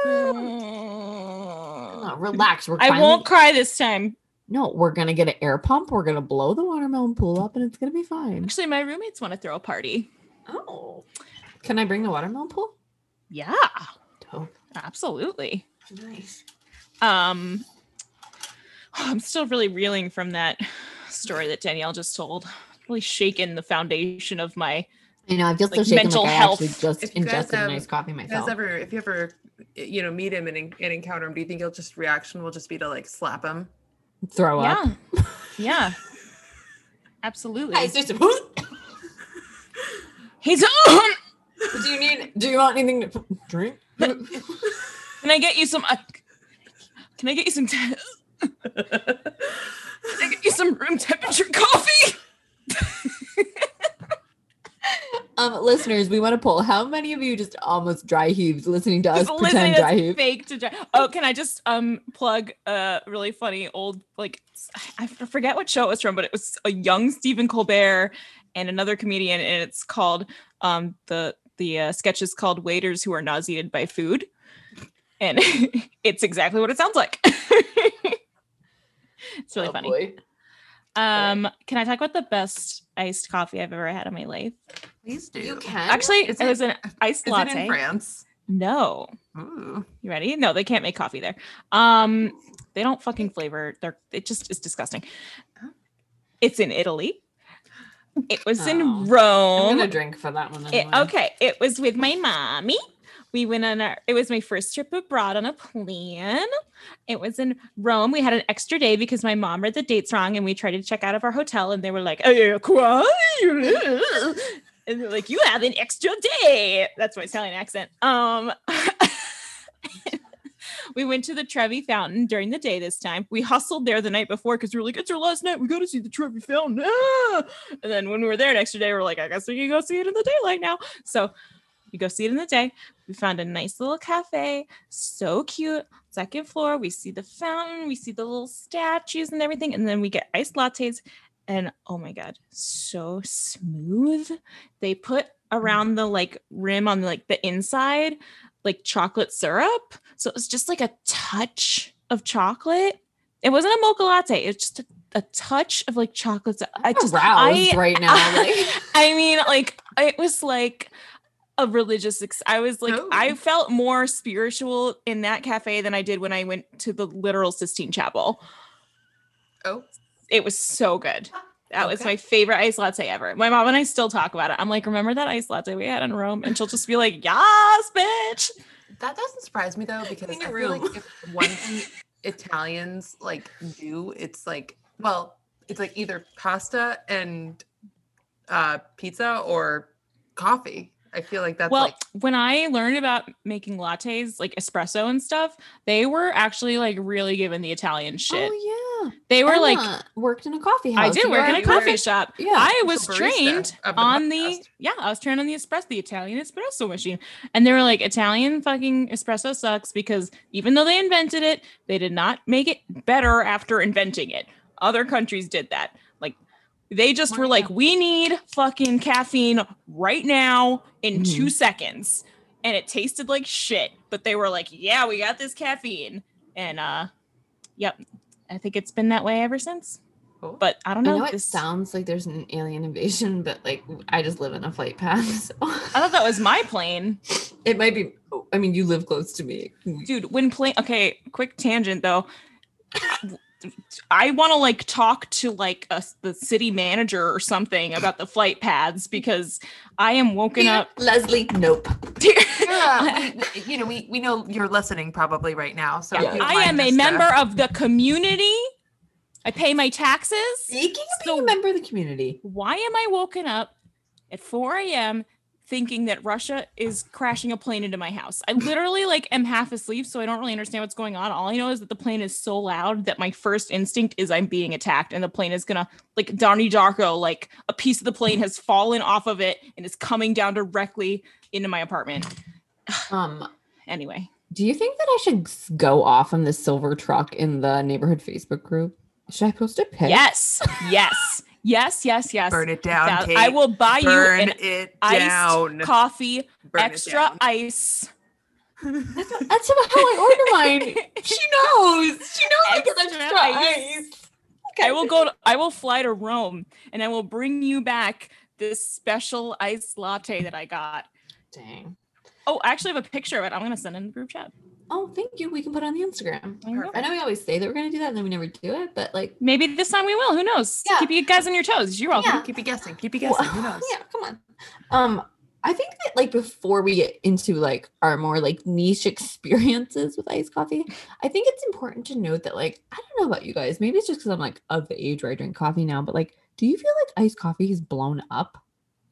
Oh, relax. We're finally-
won't cry this time.
No, we're gonna get an air pump. We're gonna blow the watermelon pool up, and it's gonna be fine.
Actually, my roommates want to throw a party.
Oh, can I bring the watermelon pool?
Yeah,
Dope.
absolutely.
Nice.
Um, I'm still really reeling from that story that Danielle just told. Really shaken the foundation of my.
I know. I feel so
Like
shaken.
mental
Like I
health.
actually just
If you guys
ingested a
have-
nice coffee
You guys
myself.
ever, if you ever, you know, meet him and, en- and encounter him, do you think your just reaction will just be to like slap him?
Throw
Yeah,
up.
yeah, absolutely.
Hey, sister, do
He's.
you need? Do you want anything to drink?
Can I get you some? Uh, can I get you some? Te- can I get you some room temperature coffee?
Um, listeners, we want to poll. How many of you just almost dry heaves listening to us
Just listening
pretend
to
dry
this
heave?
fake to dry. Oh, can I just um plug a really funny old like I forget what show it was from, but it was a young Stephen Colbert and another comedian, and it's called um the the uh, sketch is called Waiters Who Are Nauseated by Food, and it's exactly what it sounds like. it's really
Oh,
funny. Um, can I talk about the best iced coffee I've ever had in my life?
Please do.
You can
Actually,
Is
it,
it-
was an iced
Is it in
latte.
France?
No,
Ooh.
you ready? No, they can't make coffee there. Um, they don't fucking flavor. They're it just is disgusting.
Oh.
It's in Italy. It was
Oh.
in
I'm
Rome.
gonna drink for that one.
It-
Anyway.
okay, it was with my mommy. We went on our. It was my first trip abroad on a plane. It was in Rome. We had an extra day because my mom read the dates wrong, and we tried to check out of our hotel, and they were like, "Eh, quoi?" and they're like, "You have an extra day." That's my Italian accent. Um. We went to the Trevi Fountain during the day this time. We hustled there the night before because we were like, it's our last night. We got to see the Trevi Fountain. Ah! And then when we were there next day, we are like, I guess we can go see it in the daylight now. So we go see it in the day. We found a nice little cafe, so cute. Second floor, we see the fountain, we see the little statues and everything, and then we get iced lattes. And oh my god, so smooth. They put around the like rim on like the inside, like chocolate syrup. So it was just like a touch of chocolate. It wasn't a mocha latte. It's just a, a touch of like chocolate. sy- I
I'm
just
aroused
I-
right now. Like,
I mean, like it was like a religious. Ex- I was like,
Oh.
I felt more spiritual in that cafe than I did when I went to the literal Sistine Chapel.
Oh.
It was so good. That was
Okay.
my favorite ice latte ever. My mom and I still talk about it. I'm like, remember that ice latte we had in Rome? And she'll just be like, yes, bitch.
That doesn't surprise me though, because
Clean
I
your
feel like
room.
if one thing Italians like do, it's like well, it's like either pasta and uh pizza or coffee. I feel like that's
well,
like
when I learned about making lattes, like espresso and stuff, they were actually like really giving the Italian shit.
Oh yeah.
They were like,
Emma worked in a coffee house.
I did
You
work in
are-
a
you were-
coffee shop.
Yeah.
I
the
was
barista
trained
of
on the
podcast.
yeah, I was trained on the espresso, the Italian espresso machine, and they were like Italian fucking espresso sucks because even though they invented it, they did not make it better after inventing it. Other countries did that. Like they just were like, we need fucking caffeine right now in
Mhm.
two seconds, and it tasted like shit. But they were like, yeah, we got this caffeine, and uh, yep, I think it's been that way ever since.
Cool.
But I don't
I
know.
know it
this-
sounds like there's an alien invasion, but like I just live in a flight path. So.
I thought that was my plane.
it might be. oh, I mean, you live close to me.
Dude, when plane okay, quick tangent though. I want to like talk to like a, the city manager or something about the flight paths because I am woken up.
Leslie, nope.
yeah, we- we- you know, we we know you're listening probably right now. So
Yeah.
if you
I
find
am a
this stuff-
member of the community. I pay my taxes.
Speaking of being
So-
a member of the community,
Why am I woken up at 4 a.m. thinking that Russia is crashing a plane into my house? I literally like am half asleep, so I don't really understand what's going on. All I know is that the plane is so loud that my first instinct is I'm being attacked, and the plane is gonna like Donnie Darko, like a piece of the plane has fallen off of it and is coming down directly into my apartment.
um,
Anyway,
do you think that I should s- go off on this silver truck in the neighborhood Facebook group? Should I post a pic?
yes, yes, yes, yes, yes.
burn it down.
Thou-
Kate.
I will buy
burn
you an
it
iced
down.
coffee,
Burn it
extra
down.
ice.
That's about how I order mine. she knows. She knows because I'm
Extra
extra
ice.
ice.
I will go. To, I will fly to Rome, and I will bring you back this special ice latte that I got.
Dang.
Oh, I actually have a picture of it. I'm gonna send it in the group chat.
Oh, thank you. We can put it on the Instagram.
There you go.
I know we always say that we're gonna do that, and then we never do it. But like,
Maybe this time we will. Who knows?
Yeah.
Keep you guys on your toes. You're welcome.
Yeah.
Keep you guessing. Keep you
Well,
guessing. Who knows?
yeah, come on. Um, I think that like before we get into like our more like niche experiences with iced coffee, I think it's important to note that like I don't know about you guys, maybe it's just because I'm like of the age where I drink coffee now, but like, do you feel like iced coffee has blown up?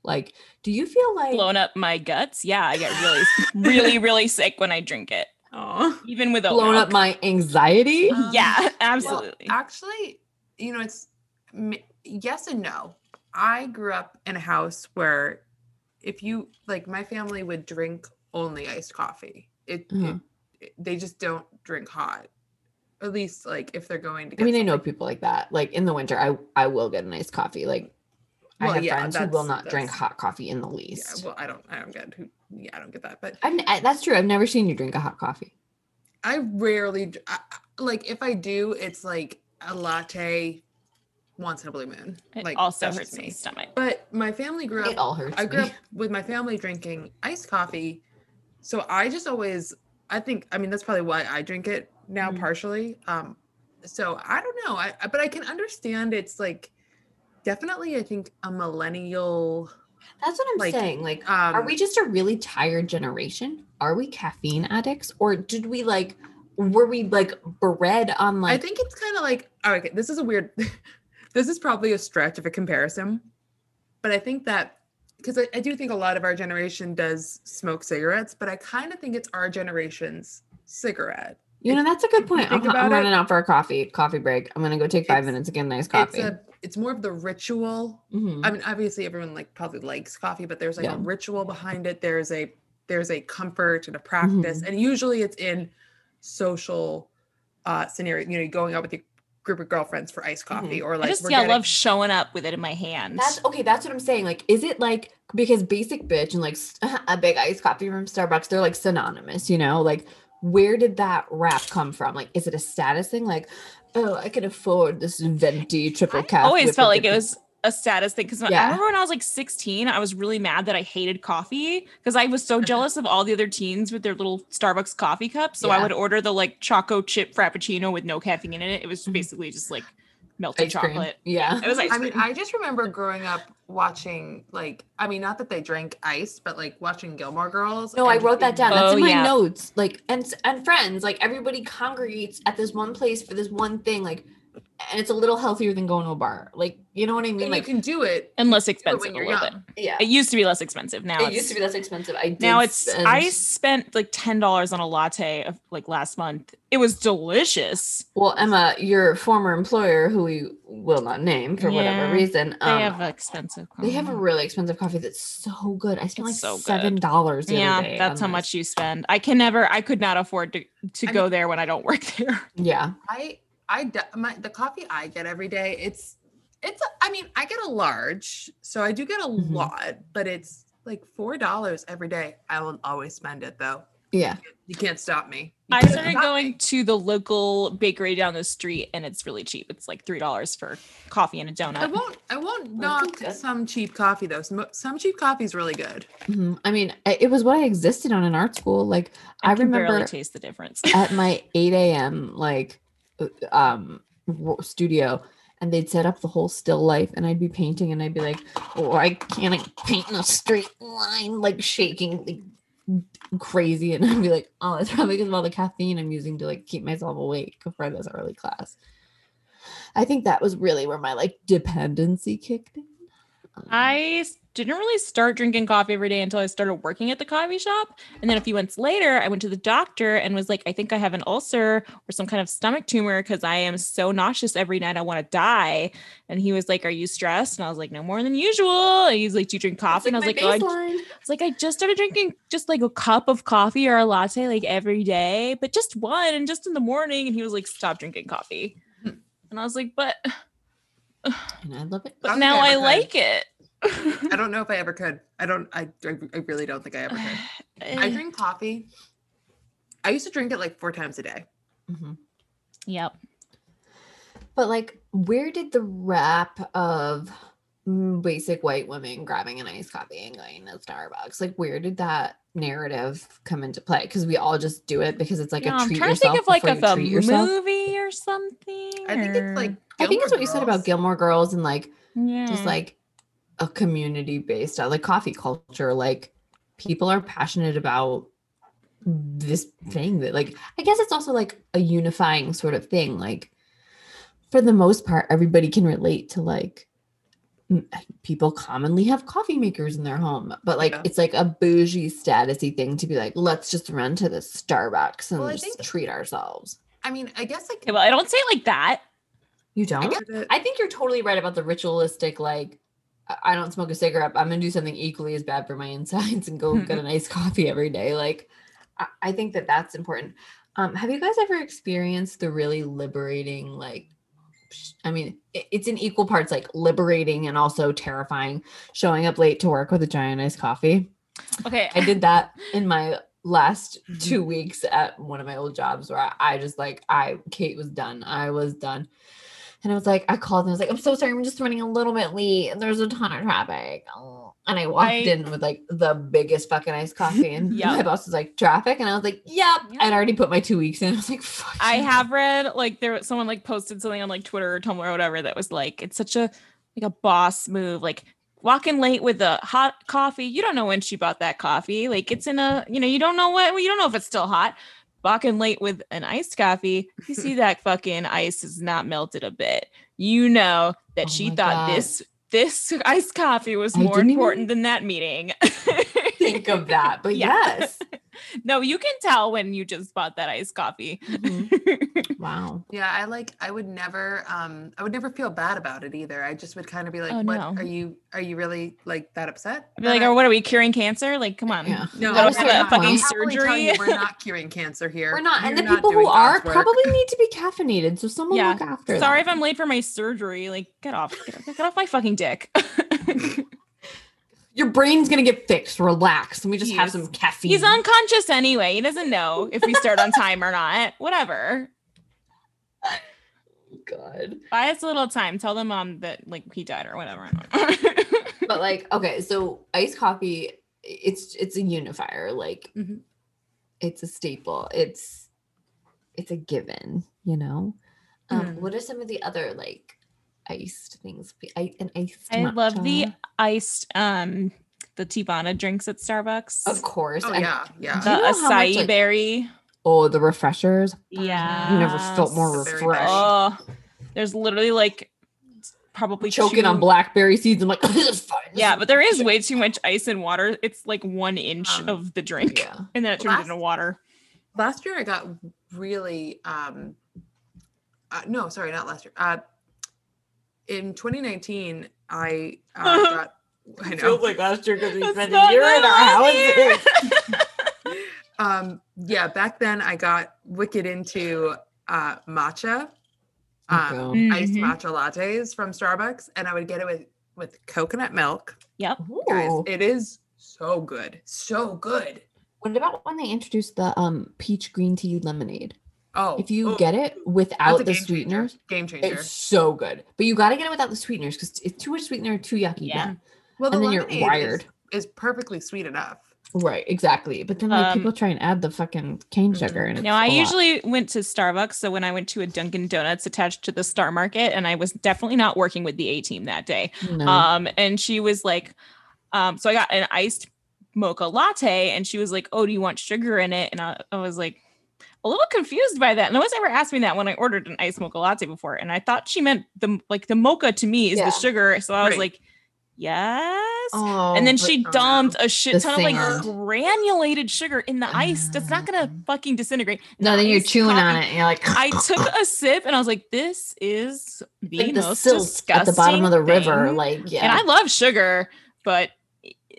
Like, do you feel like
Blown up my guts. Yeah, I get really, really, really sick when I drink it,
Aw.
even with oat
blown up
milk.
my anxiety?
Uh-huh.
Um,
yeah,
Well,
absolutely.
actually, you know, it's m- yes and no. I grew up in a house where if you like my family would drink only iced coffee. It, it-
Mhm.
it- they just don't drink hot. At least like if they're going to
I
get
mean, I know
something.
people like that. Like in the winter, I I will get a nice coffee. Like
Well,
I have
yeah,
friends who will
that's-
not drink
that's-
hot coffee in the
Yeah,
least.
well, I don't I don't get who yeah, I don't get that. But
I've n- I, that's true. I've never seen you drink a hot coffee.
I rarely d- I- I- like if I do, it's like a latte once in a blue moon.
It
like
also
that's
hurts
just
my stomach.
But my family grew up
It all hurts.
I grew
me.
up with my family drinking iced coffee. So I just always I think I mean that's probably why I drink it now
Mm-hmm.
Mm.
partially. Um so I don't know. I I- but I can understand it's like definitely I think a millennial
That's what I'm
like,
saying. Like,
um
are we just a really tired generation? Are we caffeine addicts, or did we like? Were we like bred on like?
I think it's kind of like all right, okay, this is a weird this is probably a stretch of a comparison. But I think that because I, I do think a lot of our generation does smoke cigarettes, but I kind of think it's our generation's cigarette.
you know that's a good point. I'm,
think
I'm
about it-
running out for a coffee coffee break. I'm gonna go take five
It's-
minutes and get a nice coffee.
It's a it's more of the ritual.
Mhm.
I mean, obviously everyone like probably likes coffee, but there's like
Yeah.
a ritual behind it. There's a there's a comfort and a
Mm-hmm.
practice. And usually it's in social uh scenario, you know, going out with your group of girlfriends for iced
Mm-hmm.
coffee or
I
like
just
we're
yeah,
getting-
love showing up with it in my hand.
That's okay. That's what I'm saying. Like, is it like because basic bitch and like s- a big iced coffee from Starbucks, they're like synonymous, you know? Like, where did that rap come from? Like, is it a status thing? Like, oh, I can afford this venti triple
I
cap.
always
whip
felt
with
like it
the-
was a status thing because
Yeah.
I remember when I was like 16, I was really mad that I hated coffee because I was so
Uh-huh.
jealous of all the other teens with their little Starbucks coffee cups. So I
Yeah.
would order the like choco chip frappuccino with no caffeine in it. It was
Mhm.
basically just like melted
Ice
chocolate.
cream. Yeah.
It was ice
I
cream.
mean, I just remember growing up watching, like, I mean, not that they drank ice, but like watching Gilmore Girls.
No, I
and
wrote that down. That's
Oh,
in my
yeah.
notes. Like, and s- and friends, like everybody congregates at this one place for this one thing. Like, and it's a little healthier than going to a bar. Like, you know what I mean?
And you
Like,
can do it.
and less
do it when
expensive a
you're
little
young.
yeah,
bit. It used to be less expensive. Now
it
it's
used to be less expensive. I did
now it's
spend-
I spent like ten dollars on a latte of, like last month. It was delicious.
Well, Emma, your former employer, who we will not name for
Yeah,
whatever reason,
They
um,
have expensive.
they have a
coffee.
really expensive coffee that's so good. I spent like
It's so good.
seven dollars.
yeah, that's how much you spend. I can never. I could not afford to to
I
go there when I don't work there.
Yeah,
I, I, d- my, the coffee I get every day, it's, it's, a, I mean, I get a large, so I do get a
Mhm.
lot, but it's like $4 every day. I will always spend it though.
yeah.
You can't stop me. You
I
can't
started
stop
going
me.
to the local bakery down the street, and it's really cheap. It's like three dollars for coffee and a donut.
I won't, I won't
that's
knock
good.
some cheap coffee though. Some, some cheap coffee is really good.
Mhm. I mean, I- it was what I existed on in art school. Like, I,
can
remember
barely taste the difference.
at my 8 a.m. like uh, um wo- studio and they'd set up the whole still life and I'd be painting and I'd be like, why can't I paint in a straight line, like shaking like crazy? And I'd be like, oh, it's probably because of all the caffeine I'm using to like keep myself awake for this early class. I think that was really where my like dependency kicked in. Um,
I s- didn't really start drinking coffee every day until I started working at the coffee shop. And then a few months later, I went to the doctor and was like, I think I have an ulcer or some kind of stomach tumor because I am so nauseous every night. I want to die. And he was like, Are you stressed? And I was like, No more than usual. And he's like, Do you drink coffee? and I was like,
my
Oh, I,
baseline.
it's like I just started drinking just like a cup of coffee or a latte like every day, but just one and just in the morning. And he was like, Stop drinking coffee.
Hmm.
And I was like, But
and I love it.
but
Sounds
now I
terrifying.
like it.
I don't know if I ever could. I don't. I. I I really don't think I ever could. I
Eh,
drink coffee. I used to drink it like four times a day.
Mhm.
Yep.
But like, where did the rap of mm, basic white women grabbing an iced coffee and going to Starbucks, like, where did that narrative come into play? Because we all just do it because it's like
Yeah,
a treat
I'm trying
yourself
to think of like
before
if
you
a
treat yourself.
movie or something.
I think it's
or-
like.
I think it's what
Gilmore
you said about
Girls.
Gilmore Girls and like
yeah.
just
Mm.
like a community based out like coffee culture. Like people are passionate about this thing that like I guess it's also like a unifying sort of thing. Like for the most part, everybody can relate to like m- people commonly have coffee makers in their home, but like
Yeah.
it's like a bougie statusy thing to be like, let's just run to the Starbucks and
Well, I
just
think-
treat ourselves.
I mean, I guess like.
Okay, well, I don't say it like that.
You don't?
I guess it-
I think you're totally right about the ritualistic, like, I- I don't smoke a cigarette, but I'm gonna do something equally as bad for my insides and go get a nice coffee every day. Like, I, I think that that's important. Um, have you guys ever experienced the really liberating, like, sh- I mean, i- it's in equal parts like liberating and also terrifying showing up late to work with a giant iced coffee?
Okay.
I did that in my last two weeks at one of my old jobs where I, I just like I Kate was done. I was done. And I was like, I called and I was like, I'm so sorry, I'm just running a little bit late. and There's a ton of traffic. Oh. And I walked
I-
in with like the biggest fucking iced coffee. And
Yeah.
my boss was like, traffic. And I was like, yep.
Yeah.
I'd already put my two weeks in. I was like, fuck.
I
you."
have read like there was someone like posted something on like Twitter or Tumblr or whatever that was like it's such a like a boss move like walking late with a hot coffee you don't know when she bought that coffee like it's in a you know you don't know what you don't know if it's still hot walking late with an iced coffee you see that fucking ice is not melted a bit you know that
Oh
she
my
thought
God.
this this iced coffee was
I
more
didn't even
important than that meeting
think of that. But
Yeah.
yes.
no you can tell when you just bought that iced coffee
Mhm. Wow.
yeah, I like. I would never. Um, I would never feel bad about it either. I just would kind of be like,
Oh,
"What
no.
are you? Are you really like that upset?"
I'd be like,
that I-"
oh, what are we curing cancer? Like, come on.
Uh, Yeah.
no,
that
I
was
would
like a
not.
fucking
I'd probably tell
surgery.
you We're not curing cancer here.
We're not. And
You're
the people who
doing
are
God's work.
probably need to be caffeinated. So someone
Yeah.
look after them.
Sorry if I'm late for my surgery. Like, get off, get off, get off my fucking dick.
your brain's gonna get fixed. Relax. Let me just have
Jeez.
some caffeine. Oh
He's unconscious anyway. He doesn't know if we start on time or not. Whatever.
God.
Buy us a little time. Tell the mom that like he died or whatever. I don't know.
But like, okay, so iced coffee, it's it's a unifier. Like,
Mhm.
it's a staple. It's it's a given. You know. Um,
Mm.
Hmm. What are some of the other like iced things. I, an iced
I love the
matcha.
iced um the Tivana drinks at Starbucks.
Of course.
Oh
and-
yeah, yeah.
The
Do you know how much,
acai
like-
berry.
Oh, the refreshers.
Yeah.
You never felt more
Very
refreshed.
Oh, there's literally like probably
Choking on
two-
blackberry seeds. I'm like, this is fine.
Yeah, but there is way too much ice and water. It's like one inch
Um,
of the drink,
Yeah.
and then it turns
Last-
into water.
last year I got really um uh, no, sorry, not last year. Uh in 2019 I uh, got I know.
like last year because we
It's spent a not year in our that
house.
Um yeah, back then I got wicked into uh matcha.
Oh,
Um,
Okay.
iced
Mhm.
matcha lattes from Starbucks and I would get it with with coconut milk.
Yep.
Guys, it is so good. So good.
What about when they introduced the um peach green tea lemonade?
Oh.
If you
oh,
get it
that's a
without the
game changer.
sweeteners,
Game changer.
it's so good. But you got to get it without the sweeteners because it's too much sweetener, too yucky.
Yeah.
man.
Well,
and then you're
lemonade is-
wired.
is perfectly sweet enough.
Right, exactly. But then like
Um,
people try and add the fucking cane
Mm-hmm.
sugar and it's
Now I
a lot.
usually went to Starbucks, so when I went to a Dunkin' Donuts attached to the Star Market, and I was definitely not working with the A team that day.
no.
Um, and she was like, um, so I got an iced mocha latte, and she was like, Oh, do you want sugar in it? And I, I was like, a little confused by that. No one's ever asked me that when I ordered an iced mocha latte before, and I thought she meant the like the mocha to me is
Yeah.
the sugar. So I was
Right.
like, Yes.
Oh,
and then
but-
she
oh no.
dumped a shit
The
ton of like
sand.
granulated sugar in the ice. That's not gonna
Mm.
fucking disintegrate.
no, then you're
Nice
chewing on
copy.
it and you're like,
I took a sip and I was like, "This is the
like the
most
silt at the bottom of the
disgusting
river.
thing.
Like, yeah.
And I love sugar, but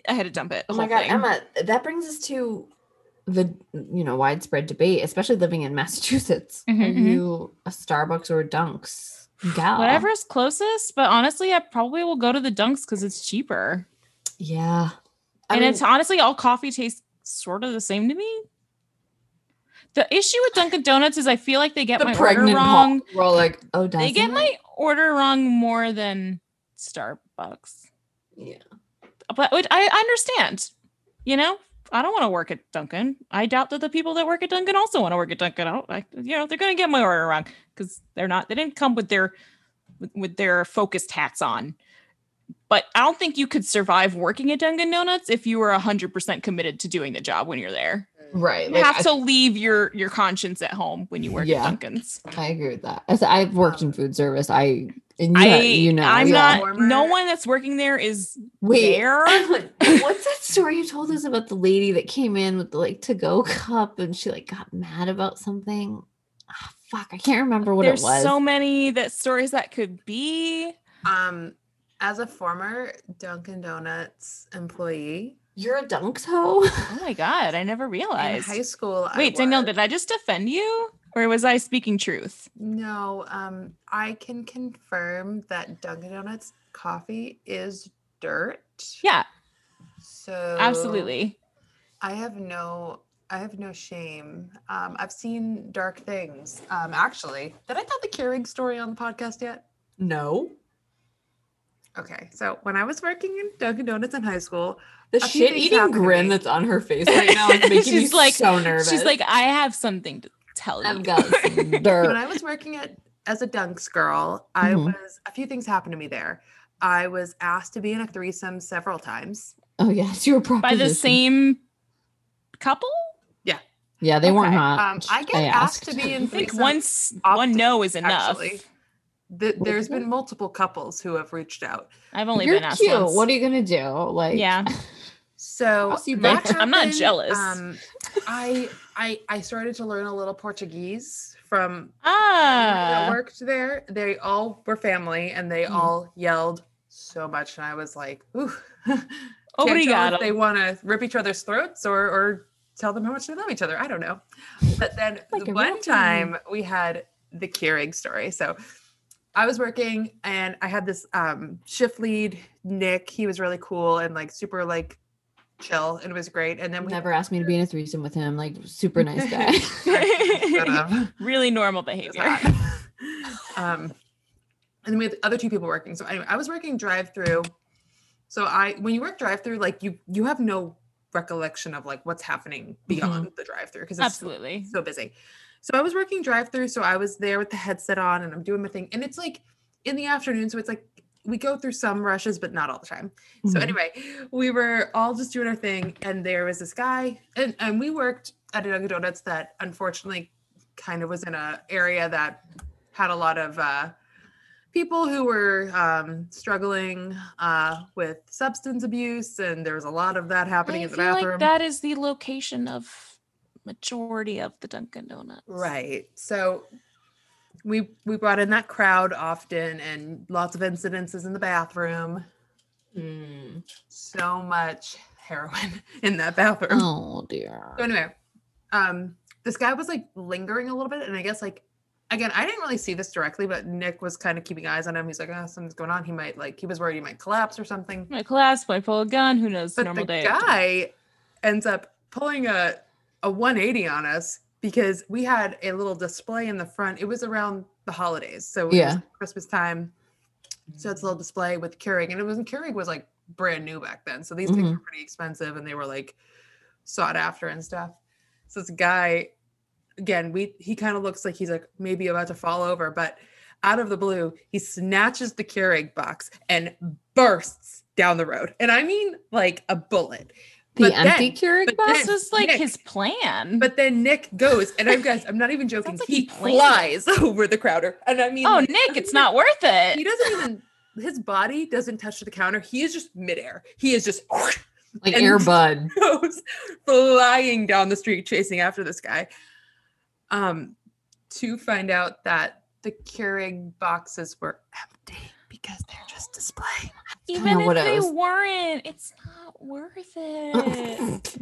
I had to dump it. the
Oh my
whole
god,
thing.
Emma, that brings us to the you know widespread debate, especially living in Massachusetts.
Mhm,
Are
mhm.
you a Starbucks or a Dunks gal?
Whatever's closest, but honestly, I probably will go to the Dunks because it's cheaper.
Yeah. I
and
mean,
it's honestly all coffee tastes sort of the same to me. The issue with Dunkin' Donuts is I feel like they get
the
my order
pregnant
wrong.
wrong. We're all like, oh, does
they get my order wrong more than Starbucks.
Yeah.
But which I I understand. You know, I don't want to work at Dunkin'. I doubt that the people that work at Dunkin' also want to work at Dunkin'. I don't, I, you know, they're going to get my order wrong because they're not. They didn't come with their with, with their focused hats on. But I don't think you could survive working at Dunkin' Donuts if you were hundred percent committed to doing the job when you're there.
right.
You
Like,
have
I,
to leave your your conscience at home when you work
Yeah.
at Dunkin's.
I agree with that. As I've worked in food service. I and you,
Um, I,
know, you know,
I'm
yeah.
not.
Warmer.
No one that's working there is
Wait,
there.
What's that story you told us about the lady that came in with the like to go cup and she like got mad about something? Ah, fuck, I can't remember what
There's
it was.
so many that stories that could be.
Um, as a former Dunkin' Donuts employee
You're a dunks hoe.
Oh my god, I never
in
realized.
high school, I
Wait, Danielle, did
worked-
I just offend you, or was I speaking truth?
No, um, I can confirm that Dunkin' Donuts coffee is dirt.
Yeah,
Oh,
So
absolutely.
I have no. I have no shame. Um, I've seen dark things. Um, actually, did I tell the Keurig story on the podcast yet?
No.
Okay, so when I was working in Dunkin' Donuts in high school,
The
A few
shit
things
eating
happened to
grin
me.
that's on her face right now is making
She's
me
like-
so nervous.
She's like, I have something to tell you.
I've got some
Oh.
when
dirt.
I was working at as a dunks girl, I
Mm-hmm.
Mhm.
was a few things happened to me there. I was asked to be in a threesome several times.
Oh yes, you were
By
proposition.
the same couple.
Yeah, they weren't
okay,
hot.
Um, I get
I
asked to
asked.
be
Uh, I
in
think
threesomes.
once one
opti-
no is enough.
actually. Th- there's been multiple couples who have reached out.
I've only
You're
been asked
cute.
once.
What are you gonna do? Like,
Yeah.
So
I'll see you
that
both.
I'm not
happened.
jealous.
Um, I I I started to learn a little Portuguese from everyone that
ah,
worked there. They all were family, and they
Mhm.
all yelled so much, and I was like, "Ooh, Can't tell if
obrigado.
They want to rip each other's throats or or tell them how much they love each other. I don't know. But then
Like
the
a
one
real family.
time we had the Keurig story. So I was working and I had this um, shift lead, Nick. He was really cool and like super like chill and it was great. And then we
Never asked me to be in a threesome with him. Like, super nice guy.
Shut up.
really normal
It was
behavior.
hot. um, and then we had the other two people working. So anyway, I was working drive through. So I, when you work drive through, like you, you have no recollection of like what's happening beyond the drive through because it's so-
Absolutely.
so busy. So I was working drive through. So I was there with the headset on and I'm doing my thing. And it's like in the afternoon. So it's like we go through some rushes, but not all the time. So
Mm-hmm.
Mhm.
anyway, we were all just doing our thing, and there was this guy, and and we worked at a Dunkin' Donuts that unfortunately kind of was in a area that had a lot of uh, people who were um, struggling uh, with substance abuse, and there was a lot of that happening
I
in the
feel
bathroom.
like that is the location of majority of the Dunkin' Donuts.
Right. So we we brought in that crowd often and lots of incidences in the bathroom.
Mm.
So much heroin in that bathroom.
Oh dear.
So anyway, um this guy was like lingering a little bit and I guess like again, I didn't really see this directly, but Nick was kind of keeping eyes on him. He's like, "Oh, something's going on. He might like he was worried he might collapse or something."
My class might pull a gun. Who knows?
But
Hmm. normal
the
day.
guy ends up pulling a a 180 on us because we had a little display in the front. It was around the holidays, so it
Yeah.
was Christmas time. So it's a little display with Keurig, and it was and Keurig was like brand new back then, so these
Mm-hmm.
things were pretty expensive, and they were like sought after and stuff. So this guy, again, we he kind of looks like he's like maybe about to fall over, but out of the blue, he snatches the Keurig box and bursts down the road, and I mean like a bullet.
The
But
empty
then-
Keurig
but
box?
This was like
Nick.
his plan.
But then Nick goes, and I'm guys, I'm not even joking.
Sounds like
he
he planned it.
flies over the Crowder, and I mean,
oh,
like,
Nick, it's not worth it.
He doesn't even. His body doesn't touch the counter. He is just midair. He is just
Like
And-
Air Bud.
goes flying down the street chasing after this guy. Um, to find out that the Keurig boxes were empty because they're just display.
don't
Even
know
if
what
they
else.
weren't, it's not worth it.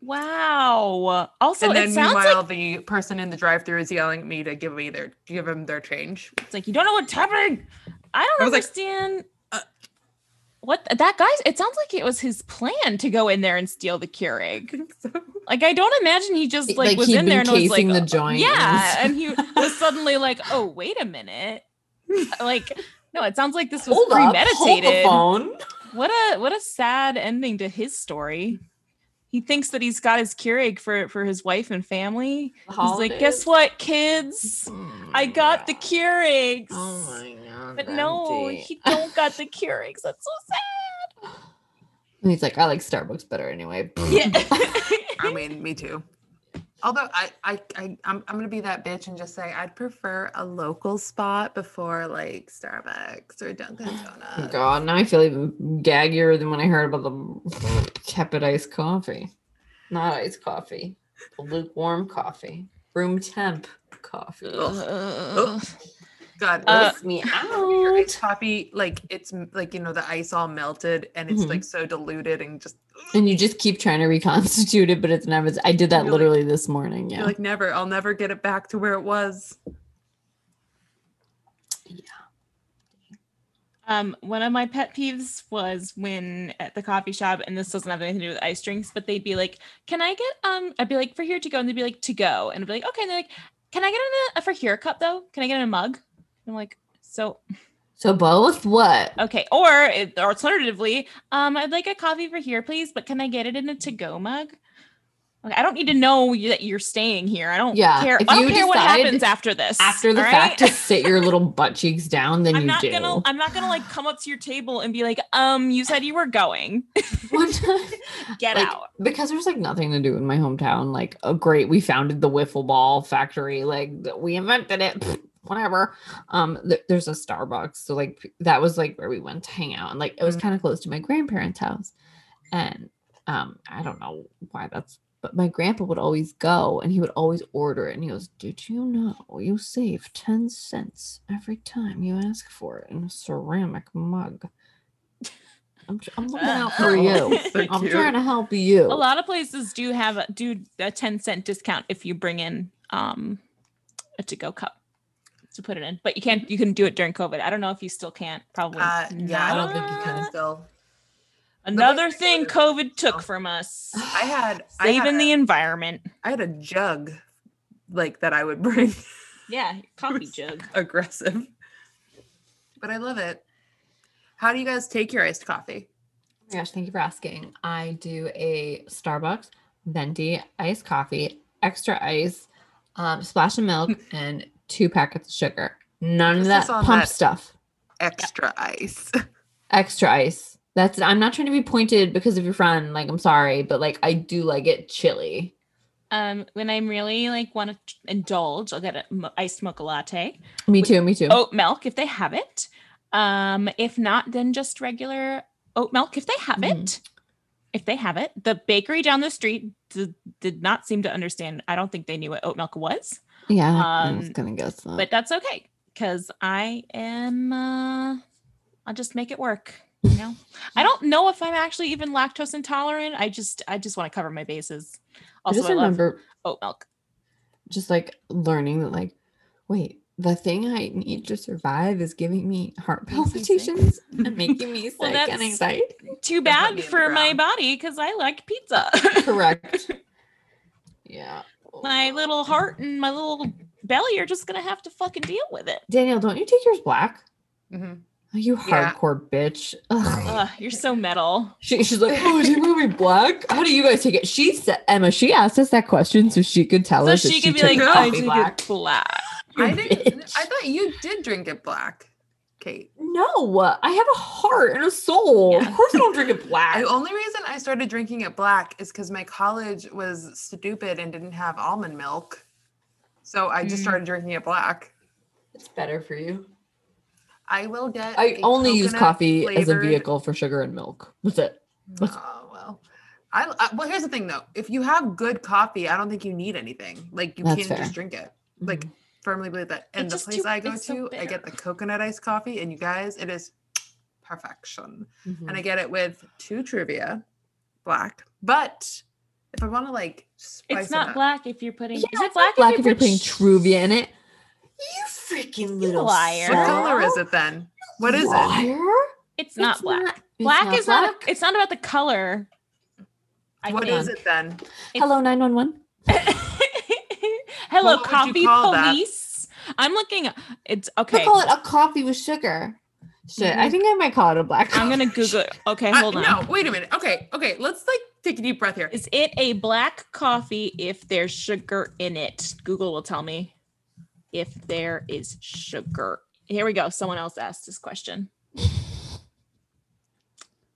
wow. Also,
and then
it sounds
meanwhile,
like
the person in the drive-through is yelling at me to give me their give him their change.
it's like you don't know what's happening. I don't
I was like,
understand.
uh,
what that guy's it sounds like it was his plan to go in there and steal the Keurig.
So
Like I don't imagine he just
It-
like,
like,
was
he'd
in there
been
and was like
casing the
"Oh,
joint
Yeah,
and-
and he was suddenly like, "Oh, wait a minute." Like no, it sounds like this was
Hold up. Hold the
premeditated.
phone.
What a what a sad ending to his story. He thinks that he's got his Keurig for for his wife and family. He's like, guess what, kids? I got the Keurigs.
Oh my god.
but no,
empty.
he don't got the Keurigs. That's so sad.
And he's like, I like Starbucks better anyway.
I mean, me too. Although I I, I I'm, I'm gonna be that bitch and just say I'd prefer a local spot before like Starbucks or Dunkin'
Oh
Donuts.
god, now I feel even gaggier than when I heard about the tepid iced coffee. Not iced coffee. Lukewarm coffee. Room temp coffee. uh,
Ugh.
God,
Uh,
Gross me
your
out.
iced coffee like it's m- like you know the ice all melted and it's
Mhm.
like so diluted and just
And you just keep trying to reconstitute it, but it's never. I did
You're
that
like-
literally this morning. Yeah.
you're like never I'll never get it back to where it was.
Um, one of my pet peeves was when at the coffee shop, and this doesn't have anything to do with ice drinks, but they'd be like, "Can I get um?" I'd be like, "For here to go," and they'd be like, "To go," and I'd be like, "Okay." And they're like, "Can I get in a, a for here cup though? Can I get in a mug?" I'm like, "So
so both what?
okay." Or it, or alternatively, um, I'd like a coffee for here, please, but can I get it in a to go mug? Okay, I don't need to know you, that you're staying here. I don't
Yeah,
care.
if
I don't
you
care what
decide
happens after this.
After the
all
fact,
right?
to sit your little butt cheeks down, then
I'm
you
not
do.
gonna I'm not gonna like come up to your table and be like, um, you said you were going.
One time-
Get
Like,
out.
because there's like nothing to do in my hometown. Like, oh great, we founded the wiffle ball factory. Like th- we invented it. Pfft, Whatever. Um, th- there's a Starbucks, so like p- that was like where we went to hang out, and like it was kind of close to my grandparents' house, and um, I don't know why that's, but my grandpa would always go, and he would always order it, and he goes, "Did you know you save ten cents every time you ask for it in a ceramic mug?" I'm, tr- I'm looking out for you.
So
I'm
cute.
trying to help you.
A lot of places do have a, do a 10 cent discount if you bring in um a to go cup to put it in. But you can't you can do it during COVID. I don't know if you still can't. Probably.
Uh, yeah, I don't think you
not.
can still.
Another
Nobody's
thing
gonna
COVID took from us.
I had oh. I had,
Saving
a-
the environment.
I had a jug like that I would bring
Yeah, coffee
was-
jug.
aggressive. But I love it. How do you guys take your iced coffee?
Oh my gosh, thank you for asking. I do a Starbucks venti iced
Hmm.
coffee, extra ice, um, splash of milk, and two packets of sugar. None of
Emphasis
that
on
pump
that.
stuff.
Extra ice.
Extra ice. That's I'm not trying to be pointed because of your friend. Like I'm sorry, but like I do like it chilly.
Um, when I'm really like want to indulge, I'll get a m- iced mocha latte,
Me too. Me too.
oat milk if they have it. Um, if not, then just regular oat milk if they have
Mhm.
it. If they have it, the bakery down the street did, did not seem to understand. I don't think they knew what oat milk was,
yeah, I was
um,
gonna guess that.
but that's okay because I am. Uh, I'll just make it work. You know, I don't know if I'm actually even lactose intolerant. I just, I just want to cover my bases.
I
Also,
just
I love
remember
oat milk.
just like learning that like, wait, the thing I need to survive is giving me heart
Makes me sick.
palpitations and making me sick
Well,
and
that's-
anxiety.
too
That's what
bad
me and
for my
Brown.
body because I like pizza.
Correct. yeah.
my little heart and my little belly are just gonna have to fucking deal with it.
Danielle, don't you take yours black?
Mhm.
Oh, you
Yeah.
hardcore bitch.
Oh.
Ugh.
Ugh, you're so metal.
She, she's like, oh, is it gonna be black? How do you guys take it? She said, Emma, she asked us that question so she could tell
So
us. that
she could be
took
like, "Oh,
it
I
to be
do black.
black.
get black.
I
You
didn't.
bitch.
I thought you did drink it black, Kate.
No, I have a heart and a soul. Of
Yeah.
course, I don't drink it black.
The only reason I started drinking it black is because my college was stupid and didn't have almond milk. So I just
Mm.
started drinking it black.
It's better for you.
I will get.
I
a
only use
coconut
coffee as a
flavored-
vehicle for sugar and milk. That's it.
Oh, well. I, I- well, here's the thing though. If you have good coffee, I don't think you need anything. Like you
That's
can
fair.
just drink it. Like
Mhm.
firmly believe that. And the
just
place
too-
I go
it's so
to, I get the coconut iced coffee, and you guys, it is perfection.
Mm-hmm.
Mhm.
Mm.
and I get it with two trivia, black. But if I want to like spice
It's
it
not
up-
black if you're putting.
Yeah,
is it
it's
black,
not black if
put
you're putting
sh-
Truvia in it?
You freaking
You
little
liar.
what color is it then? What is it?
It's not
It's
black.
not- it's
black
not
is not.
black?
It's not about the color. I
What
think.
is it then?
It's-
Hello, 911.
Hello,
What would you
coffee
call that?
police. I'm looking. It's
They
okay. Mm-hmm.
call it a coffee with sugar. Shit, I think I might call it a black
I'm gonna
coffee.
Google. it. Okay,
I-
hold on.
Uh, No, wait a minute. Okay, okay. Let's like take a deep breath here.
Is it a black coffee if there's sugar in it? Google will tell me if there is sugar. Here we go. Someone else asked this question.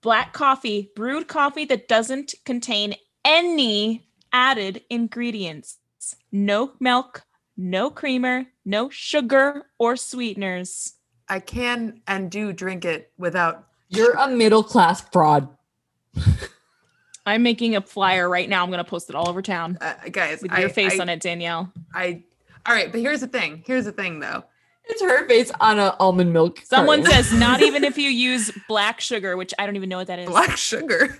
Black coffee, brewed coffee that doesn't contain any added ingredients. No milk, no creamer, no sugar or sweeteners.
I can and do drink it without.
You're a middle class fraud.
I'm making a flyer right now. I'm going to post it all over town
Uh, guys,
with
I,
your face
I,
on it, Danielle.
I. All right, but here's the thing. Here's the thing though.
It's her face on an almond milk.
Someone
carton.
says not even if you use black sugar, which I don't even know what that is.
Black sugar.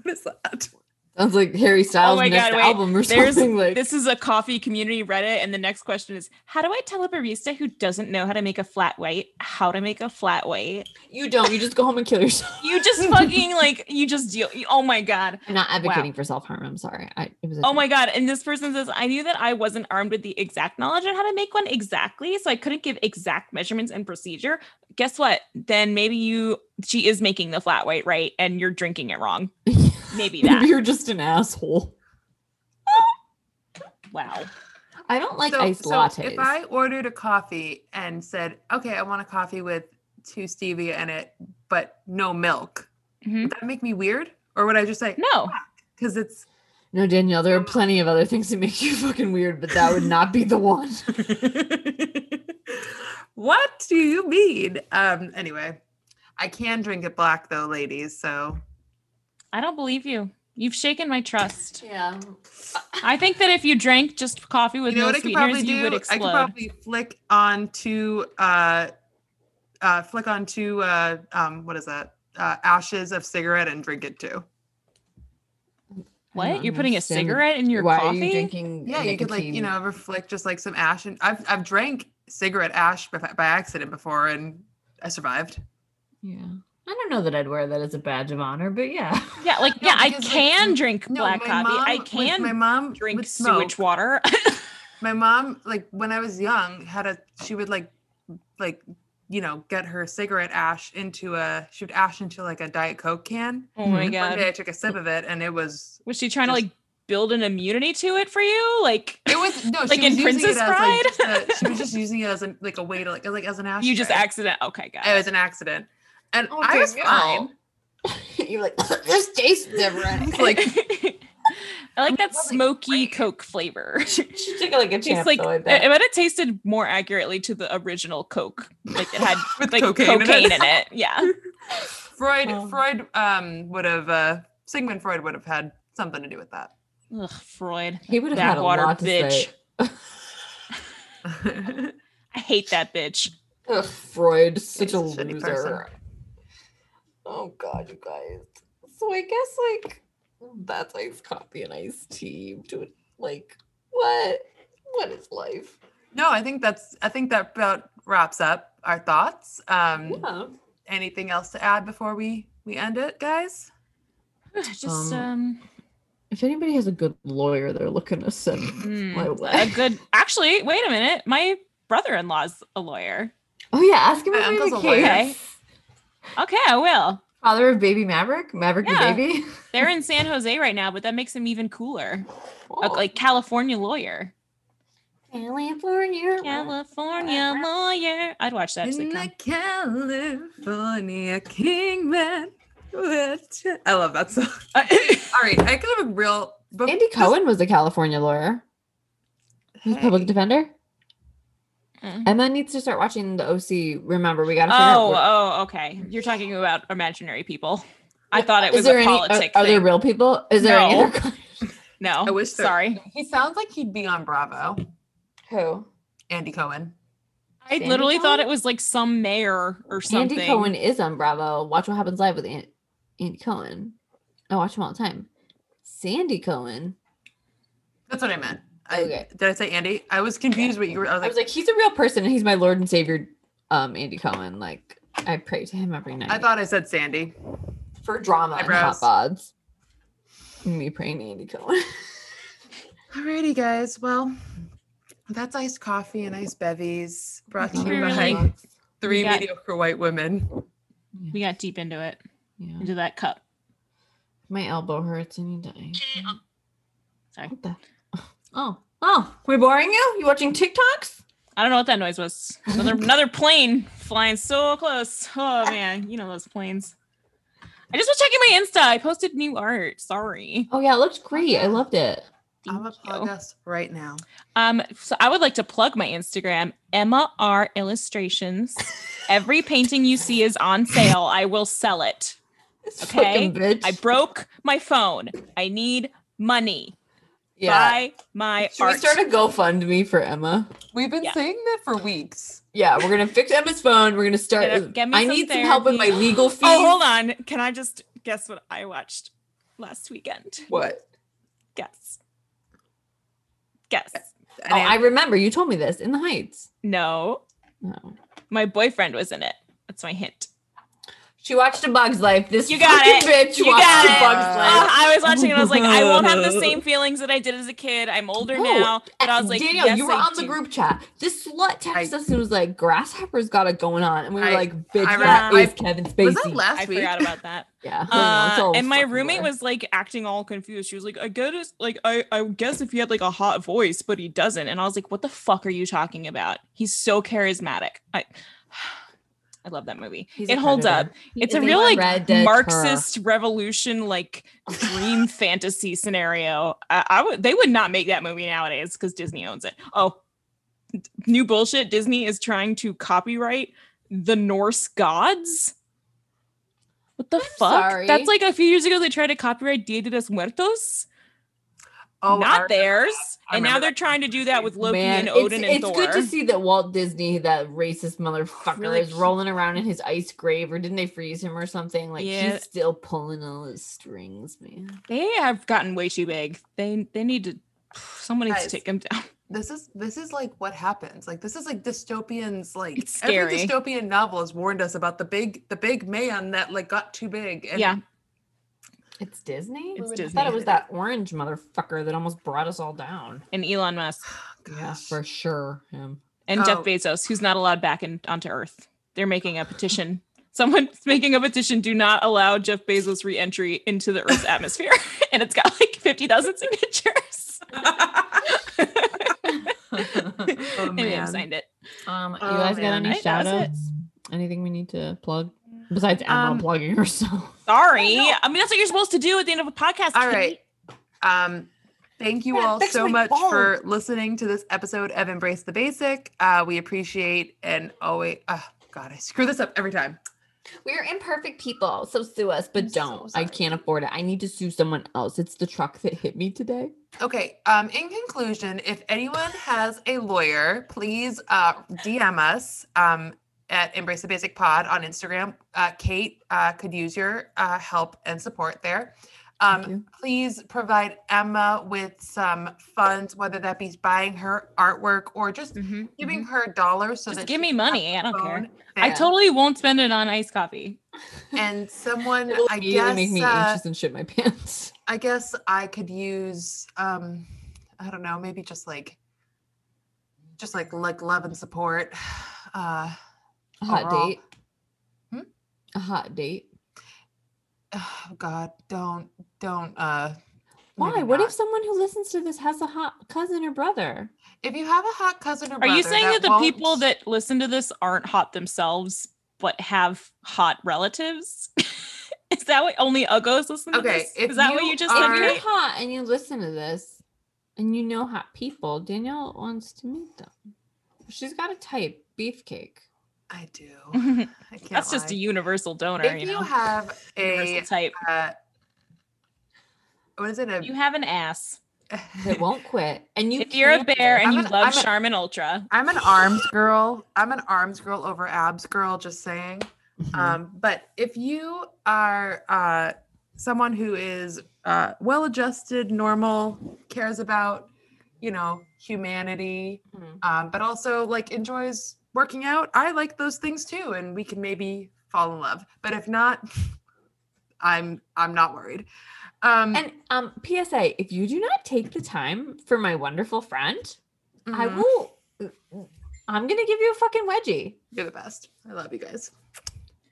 What is that?
sounds like Harry Styles'
Oh my
next
God, wait.
album or
There's-
something. Like
This is a coffee community Reddit, and the next question is: How do I tell a barista who doesn't know how to make a flat white how to make a flat white?
you don't. You just go home and kill yourself.
You just fucking like you just deal. you- Oh my god.
I'm not advocating for self harm. I'm sorry. I, it was a
Oh
joke.
my god. And this person says, I knew that I wasn't armed with the exact knowledge on how to make one exactly, so I couldn't give exact measurements and procedure. Guess what? Then maybe you she is making the flat white right, and you're drinking it wrong. Maybe that.
You're just an asshole.
wow.
I don't like
So-
iced
so
lattes.
If I ordered a coffee and said, okay, I want a coffee with two stevia in it, but no milk,
Mhm.
would that make me weird? Or would I just say,
No.
because it's,
No, Danielle, there are plenty of other things that make you fucking weird, but that would not be the one.
what do you mean? Um, anyway, I can drink it black though, ladies. So
I don't believe you. You've shaken my trust.
Yeah.
I think that if you drank just coffee with
you know
no
what I could probably
sweeteners,
do?
you would
I could
explode.
probably flick onto, uh, uh, flick onto, uh, um, what is that? Uh, ashes of cigarette and drink it too.
what? You're putting a cigarette in your
Why
coffee?
are you drinking?
Yeah, you could like you
nicotine?
know reflect just like some ash, and I've I've drank cigarette ash bef- by accident before, and I survived.
Yeah. I don't know that I'd wear that as a badge of honor, but yeah.
yeah, like
No,
yeah, I
because, like,
can
m-
drink black
my
coffee. I
mom with-
can
My mom
drink
with
sewage
smoke.
water.
My mom, like when I was young, had a she would like like you know get her cigarette ash into a she would ash into like a diet coke can.
oh my
One day
god.
I took a sip of it, and it was
Was she trying to
Mm-hmm. Just-
like build an immunity to it for you? Like
It was no,
Like
she was
in
using
Princess
it as,
Bride?
like, just a- she was just using it as a, like a way to like like as an ashtray.
you just accident. Okay, got
It
it.
was an accident, and
Oh,
I was
dear.
fine.
You're like, this tastes different.
It's like
I like that
Probably
smoky
great.
Coke flavor.
She took like a
It's
chance.
like
though, I
I
bet.
I bet it tasted more accurately to the original Coke. Like it had
with
like cocaine, in, it. Yeah.
Freud,
Oh.
Freud, um, would have uh, Sigmund Freud would have had something to do with that.
Ugh, Freud.
he would have had a
backwater
lot to
bitch.
say.
I hate that bitch.
Ugh, Freud, such
He's a
a
shitty
loser. Oh god, you guys. So I guess like that's iced coffee and iced tea. Dude, like what? What is life?
no, I think that's I think that about wraps up our thoughts. Um,
Yeah.
Anything else to add before we we end it, guys?
Just um
Um, If anybody has a good lawyer, they're looking to send
mm,
my way.
a good actually, wait a minute. My brother-in-law's a lawyer.
Oh yeah, ask him
My
if we have a
uncle's a lawyer.
Okay.
case.
Okay, I will.
Father of baby Maverick, Maverick
Yeah.
the baby.
They're in San Jose right now, but that makes him even cooler. A,
Cool.
like California lawyer.
California.
California lawyer. I'd watch that.
In the
sitcom.
California Kingman. I love that song. All right, I could have a real. But
Andy Cohen was a California lawyer. He was a public defender.
Mm.
Emma needs to start watching the OC. Remember, we gotta figure out.
Oh,
where-
oh, okay. You're talking about imaginary people. I thought it
Is
was
there
a
any? Are,
politic
are there
thing.
real people? Is there any
No.
other
no,
I wish there-
sorry.
He sounds like he'd be on Bravo.
Who?
Andy Cohen.
I
Sandy
literally thought it
Cohen?
was like some mayor or something.
Andy Cohen is on Bravo. Watch What Happens Live with An- Andy Cohen. I watch him all the time. Sandy Cohen.
That's what I meant. I,
Okay.
Did I say Andy? I was confused what you were. I was
I was
like,
like, he's a real person, and he's my Lord and Savior, um, Andy Cohen. Like, I pray to him every night.
I thought I said Sandy.
for drama and hot
Eyebrows.
bods. Me praying to Andy Cohen.
Alrighty, guys. Well, that's iced coffee and iced bevies brought to you
Another
by
really-
three
We got-
mediocre white women.
We got deep into it,
Yeah.
into that cup.
My elbow hurts. I need to. ice
Okay,
it.
Sorry.
What the? Oh, oh, we're boring you? You watching TikToks?
I don't know what that noise was. Another, another plane flying so close. Oh man, you know those planes. I just was checking my Insta. I posted new art. Sorry.
Oh yeah, it looked great. I loved it.
I'm gonna
Thank
plug
you.
us right now.
Um, so I would like to plug my Instagram, Emma R Illustrations. Every painting you see is on sale. I will sell it.
This
Okay,
fucking bitch.
I broke my phone. I need money.
yeah.
Buy my
Should
art.
we start a GoFundMe for Emma?
We've been
Yeah.
saying that for weeks.
Yeah, we're gonna fix Emma's phone. We're gonna start.
Get a- get me
I
some
need some help with my
therapy.
legal fees.
oh, hold on. Can I just guess what I watched last weekend?
What?
Guess. Guess.
And
Oh,
I-
I remember you told me this in the Heights. Oh.
No,
No.
my boyfriend was in it. That's my hint.
She watched A Bug's Life. This
You got
fucking bitch
You
watched
got
A
it.
Bug's Life.
Oh, I was watching and I was like, I won't have the same feelings that I did as a kid. I'm older
No,
now. But I was like,
Danielle,
yes,
you were
I
on the
do.
group chat. This slut texted
I-
us and was like, "Grasshopper's got it going on,wn," and we were
I-
like, "Bitch,
I
that
remember-
is Kevin Spacey."
was that last
I
week?
forgot about that.
yeah, I know, it's
Uh,
all
and my
fucking
roommate
blur.
was like acting all confused. She was like, I guess like I, I guess if he had like a hot voice, but he doesn't. And I was like, what the fuck are you talking about? He's so charismatic. I I love that movie.
He's
it
a
holds up.
predator.
It's
is
a real like
Red Dead
Marxist revolution, like dream fantasy scenario. I, I would they would not make that movie nowadays because Disney owns it. Oh, d- new bullshit. Disney is trying to copyright the Norse gods. What the fuck?
sorry.
That's like a few years ago they tried to copyright Dia de los Muertos,
oh,
not
I remember
theirs,
I
and now
remember
they're
that.
trying to do that with
Tor.
Loki
Man,
and Odin
it's,
and
it's
Thor.
good to see that Walt Disney, that racist motherfucker,
Really
is
keep-
rolling around in his ice grave, or didn't they freeze him or something? Like
Yeah.
he's still pulling all his strings, man.
they have gotten way too big. They they need to. Someone needs
Guys,
to take them down.
this is this is like what happens like this is like dystopians like
It's scary.
every dystopian novel has warned us about the big the big man that like got too big and
yeah,
It's Disney.
It's
I thought
Disney.
it was that orange motherfucker that almost brought us all down.
and Elon Musk.
Yeah,
Oh, gosh.
for sure, him.
and Jeff
Oh.
Bezos, who's not allowed back in, onto Earth. They're making a petition Someone's making a petition: do not allow Jeff Bezos re-entry into the Earth's atmosphere, and it's got like fifty thousand signatures.
Um,
oh,
and they
man.
signed it.
Um,
You guys got
man.
any
I- that
shout
was it.
outs? Anything we need to plug besides Admiral
Um,
plugging herself?
Sorry, I mean that's what you're supposed to do at the end of a podcast.
All
Kate.
right. Um, thank you
Yeah,
all
fix
so
my
much
phone.
for listening to this episode of Embrace the Basic. Uh, we appreciate and always. Oh God, I screw this up every time.
We're imperfect people, so sue us, but
I'm so
don't. I
sorry.
can't afford it. I need to sue someone else. It's the truck that hit me today.
Okay. Um, in conclusion, if anyone has a lawyer, please uh, DM us um, at Embrace the Basic Pod on Instagram. Uh, Kate uh, could use your uh, help and support there.
Thank
Um,
you.
please provide Emma with some funds, whether that be buying her artwork or just
Mhm.
giving her dollars. Mm-hmm. So
Just
that
give
she
me
can have
money. I don't
phone
care. I
there.
totally won't spend it on iced coffee.
and someone
It'll
I
immediately
guess
make me
uh,
anxious and shit my pants.
I guess I could use um I don't know maybe just like just like like love and support uh
A hot
overall.
date.
Hmm?
A hot date.
oh god don't don't uh
Why?
maybe
What
not.
if someone who listens to this has a hot cousin or brother?
if you have a hot cousin or
Are you
brother
saying that, the
won't-
people that listen to this aren't hot themselves, but have hot relatives? Is that what only uggos listen
Okay,
to?
if
This? Is that what
you
you just
are-
said?
If you're
Kate?
hot and you listen to this and you know hot people, Danielle wants to meet them. She's got a type beefcake.
I do I can't
That's just a
lie.
universal donor,
if
you
you,
know.
have a
universal type.
uh, what is it a,
You have an ass.
That won't quit. And you
if you're a
can't-
bear and
I'm
you
an-
love
I'm a-
Charmin Ultra,
I'm an arms girl. I'm an arms girl over abs girl, just saying.
Mhm.
Uh,
Um, but if you are uh, someone who is uh, well adjusted, normal, cares about, you know, humanity,
Mhm.
um, but also like enjoys working out, I like those things too. And we can maybe fall in love. But if not, I'm I'm not worried. Um,
and um PSA, if you do not take the time for my wonderful friend, I
mhm,
will I'm gonna give you a fucking wedgie.
you're the best. I love you guys.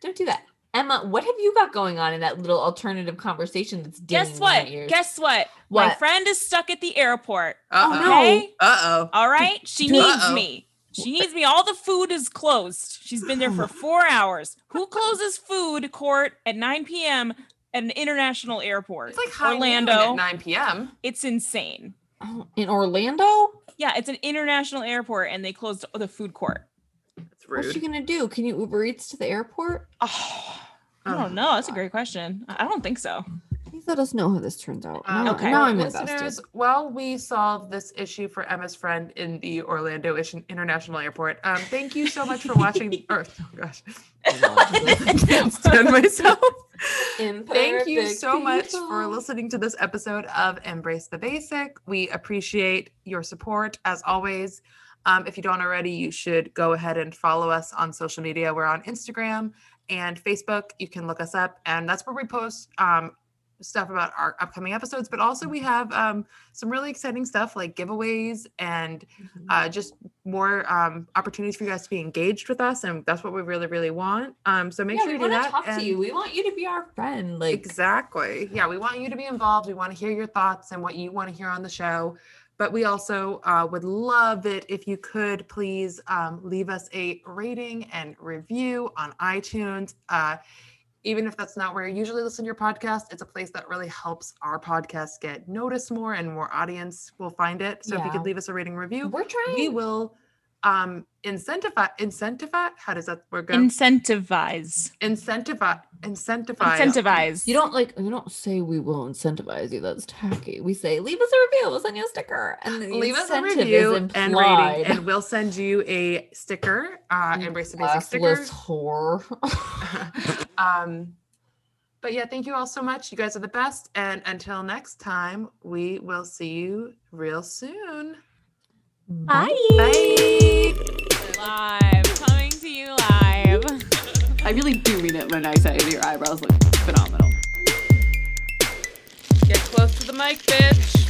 Don't do that. Emma, what have you got going on in that little alternative conversation that's dinging
guess
in my
what?
ears?
Guess what? My
What?
friend is stuck at the airport.
Oh,
Uh
no.
Okay.
oh. Uh
All right. She
Dude.
needs
Uh-oh.
me. She needs me. All the food is closed. She's been there for four hours. Who closes food court at 9 p.m. at an international airport?
It's like high noon
Orlando.
at 9 p.m.
It's insane.
Oh, in Orlando?
Yeah, it's an international airport and they closed the food court.
That's
What's she
rude.
gonna do? Can you Uber Eats to the airport?
Oh, I
Oh,
don't know. That's a
God.
great question. I I don't think so.
Please let us know how this turns out.
Um,
Now-
Uh, okay.
now I'm
Listeners,
invested.
while we solve this issue for Emma's friend in the Orlando Ish- International Airport, um, thank you so much for watching. or, oh gosh, done myself. Thank you so much for listening to this episode of Embrace the Basic. We appreciate your support as always. Um, if you don't already, you should go ahead and follow us on social media. We're on Instagram and Facebook. You can look us up, and that's where we post um, stuff about our upcoming episodes. But also, we have um, some really exciting stuff like giveaways and
Mm-hmm.
uh, just more um, opportunities for you guys to be engaged with us. And that's what we really, really want. Um, so make
yeah,
sure
we
you do
want to
that.
talk to
and-
you. We want you to be our friend. Like
Exactly. Yeah, we want you to be involved. We want to hear your thoughts and what you want to hear on the show. But we also uh, would love it if you could please um, leave us a rating and review on iTunes. Uh, even if that's not where you usually listen to your podcast, it's a place that really helps our podcast get noticed more and more audience will find it. So if you
Yeah.
could leave us a rating review,
we're trying.
we will um, incentivize, incentivize, how does that word go?
Incentivize.
incentivize, incentivize.
Incentivize.
you don't like you don't say we will incentivize you. That's tacky. We say leave us a review. We'll send you a sticker. And the
leave us a
incentive is
review and rating
implied.
and we'll send you a sticker uh
You
embrace the basic sticker
Classless whore.
um but yeah thank you all so much you guys are the best and until next time we will see you real soon bye
Live. Coming to you live.
I really do mean it when I say your eyebrows look phenomenal.
Get close to the mic, bitch.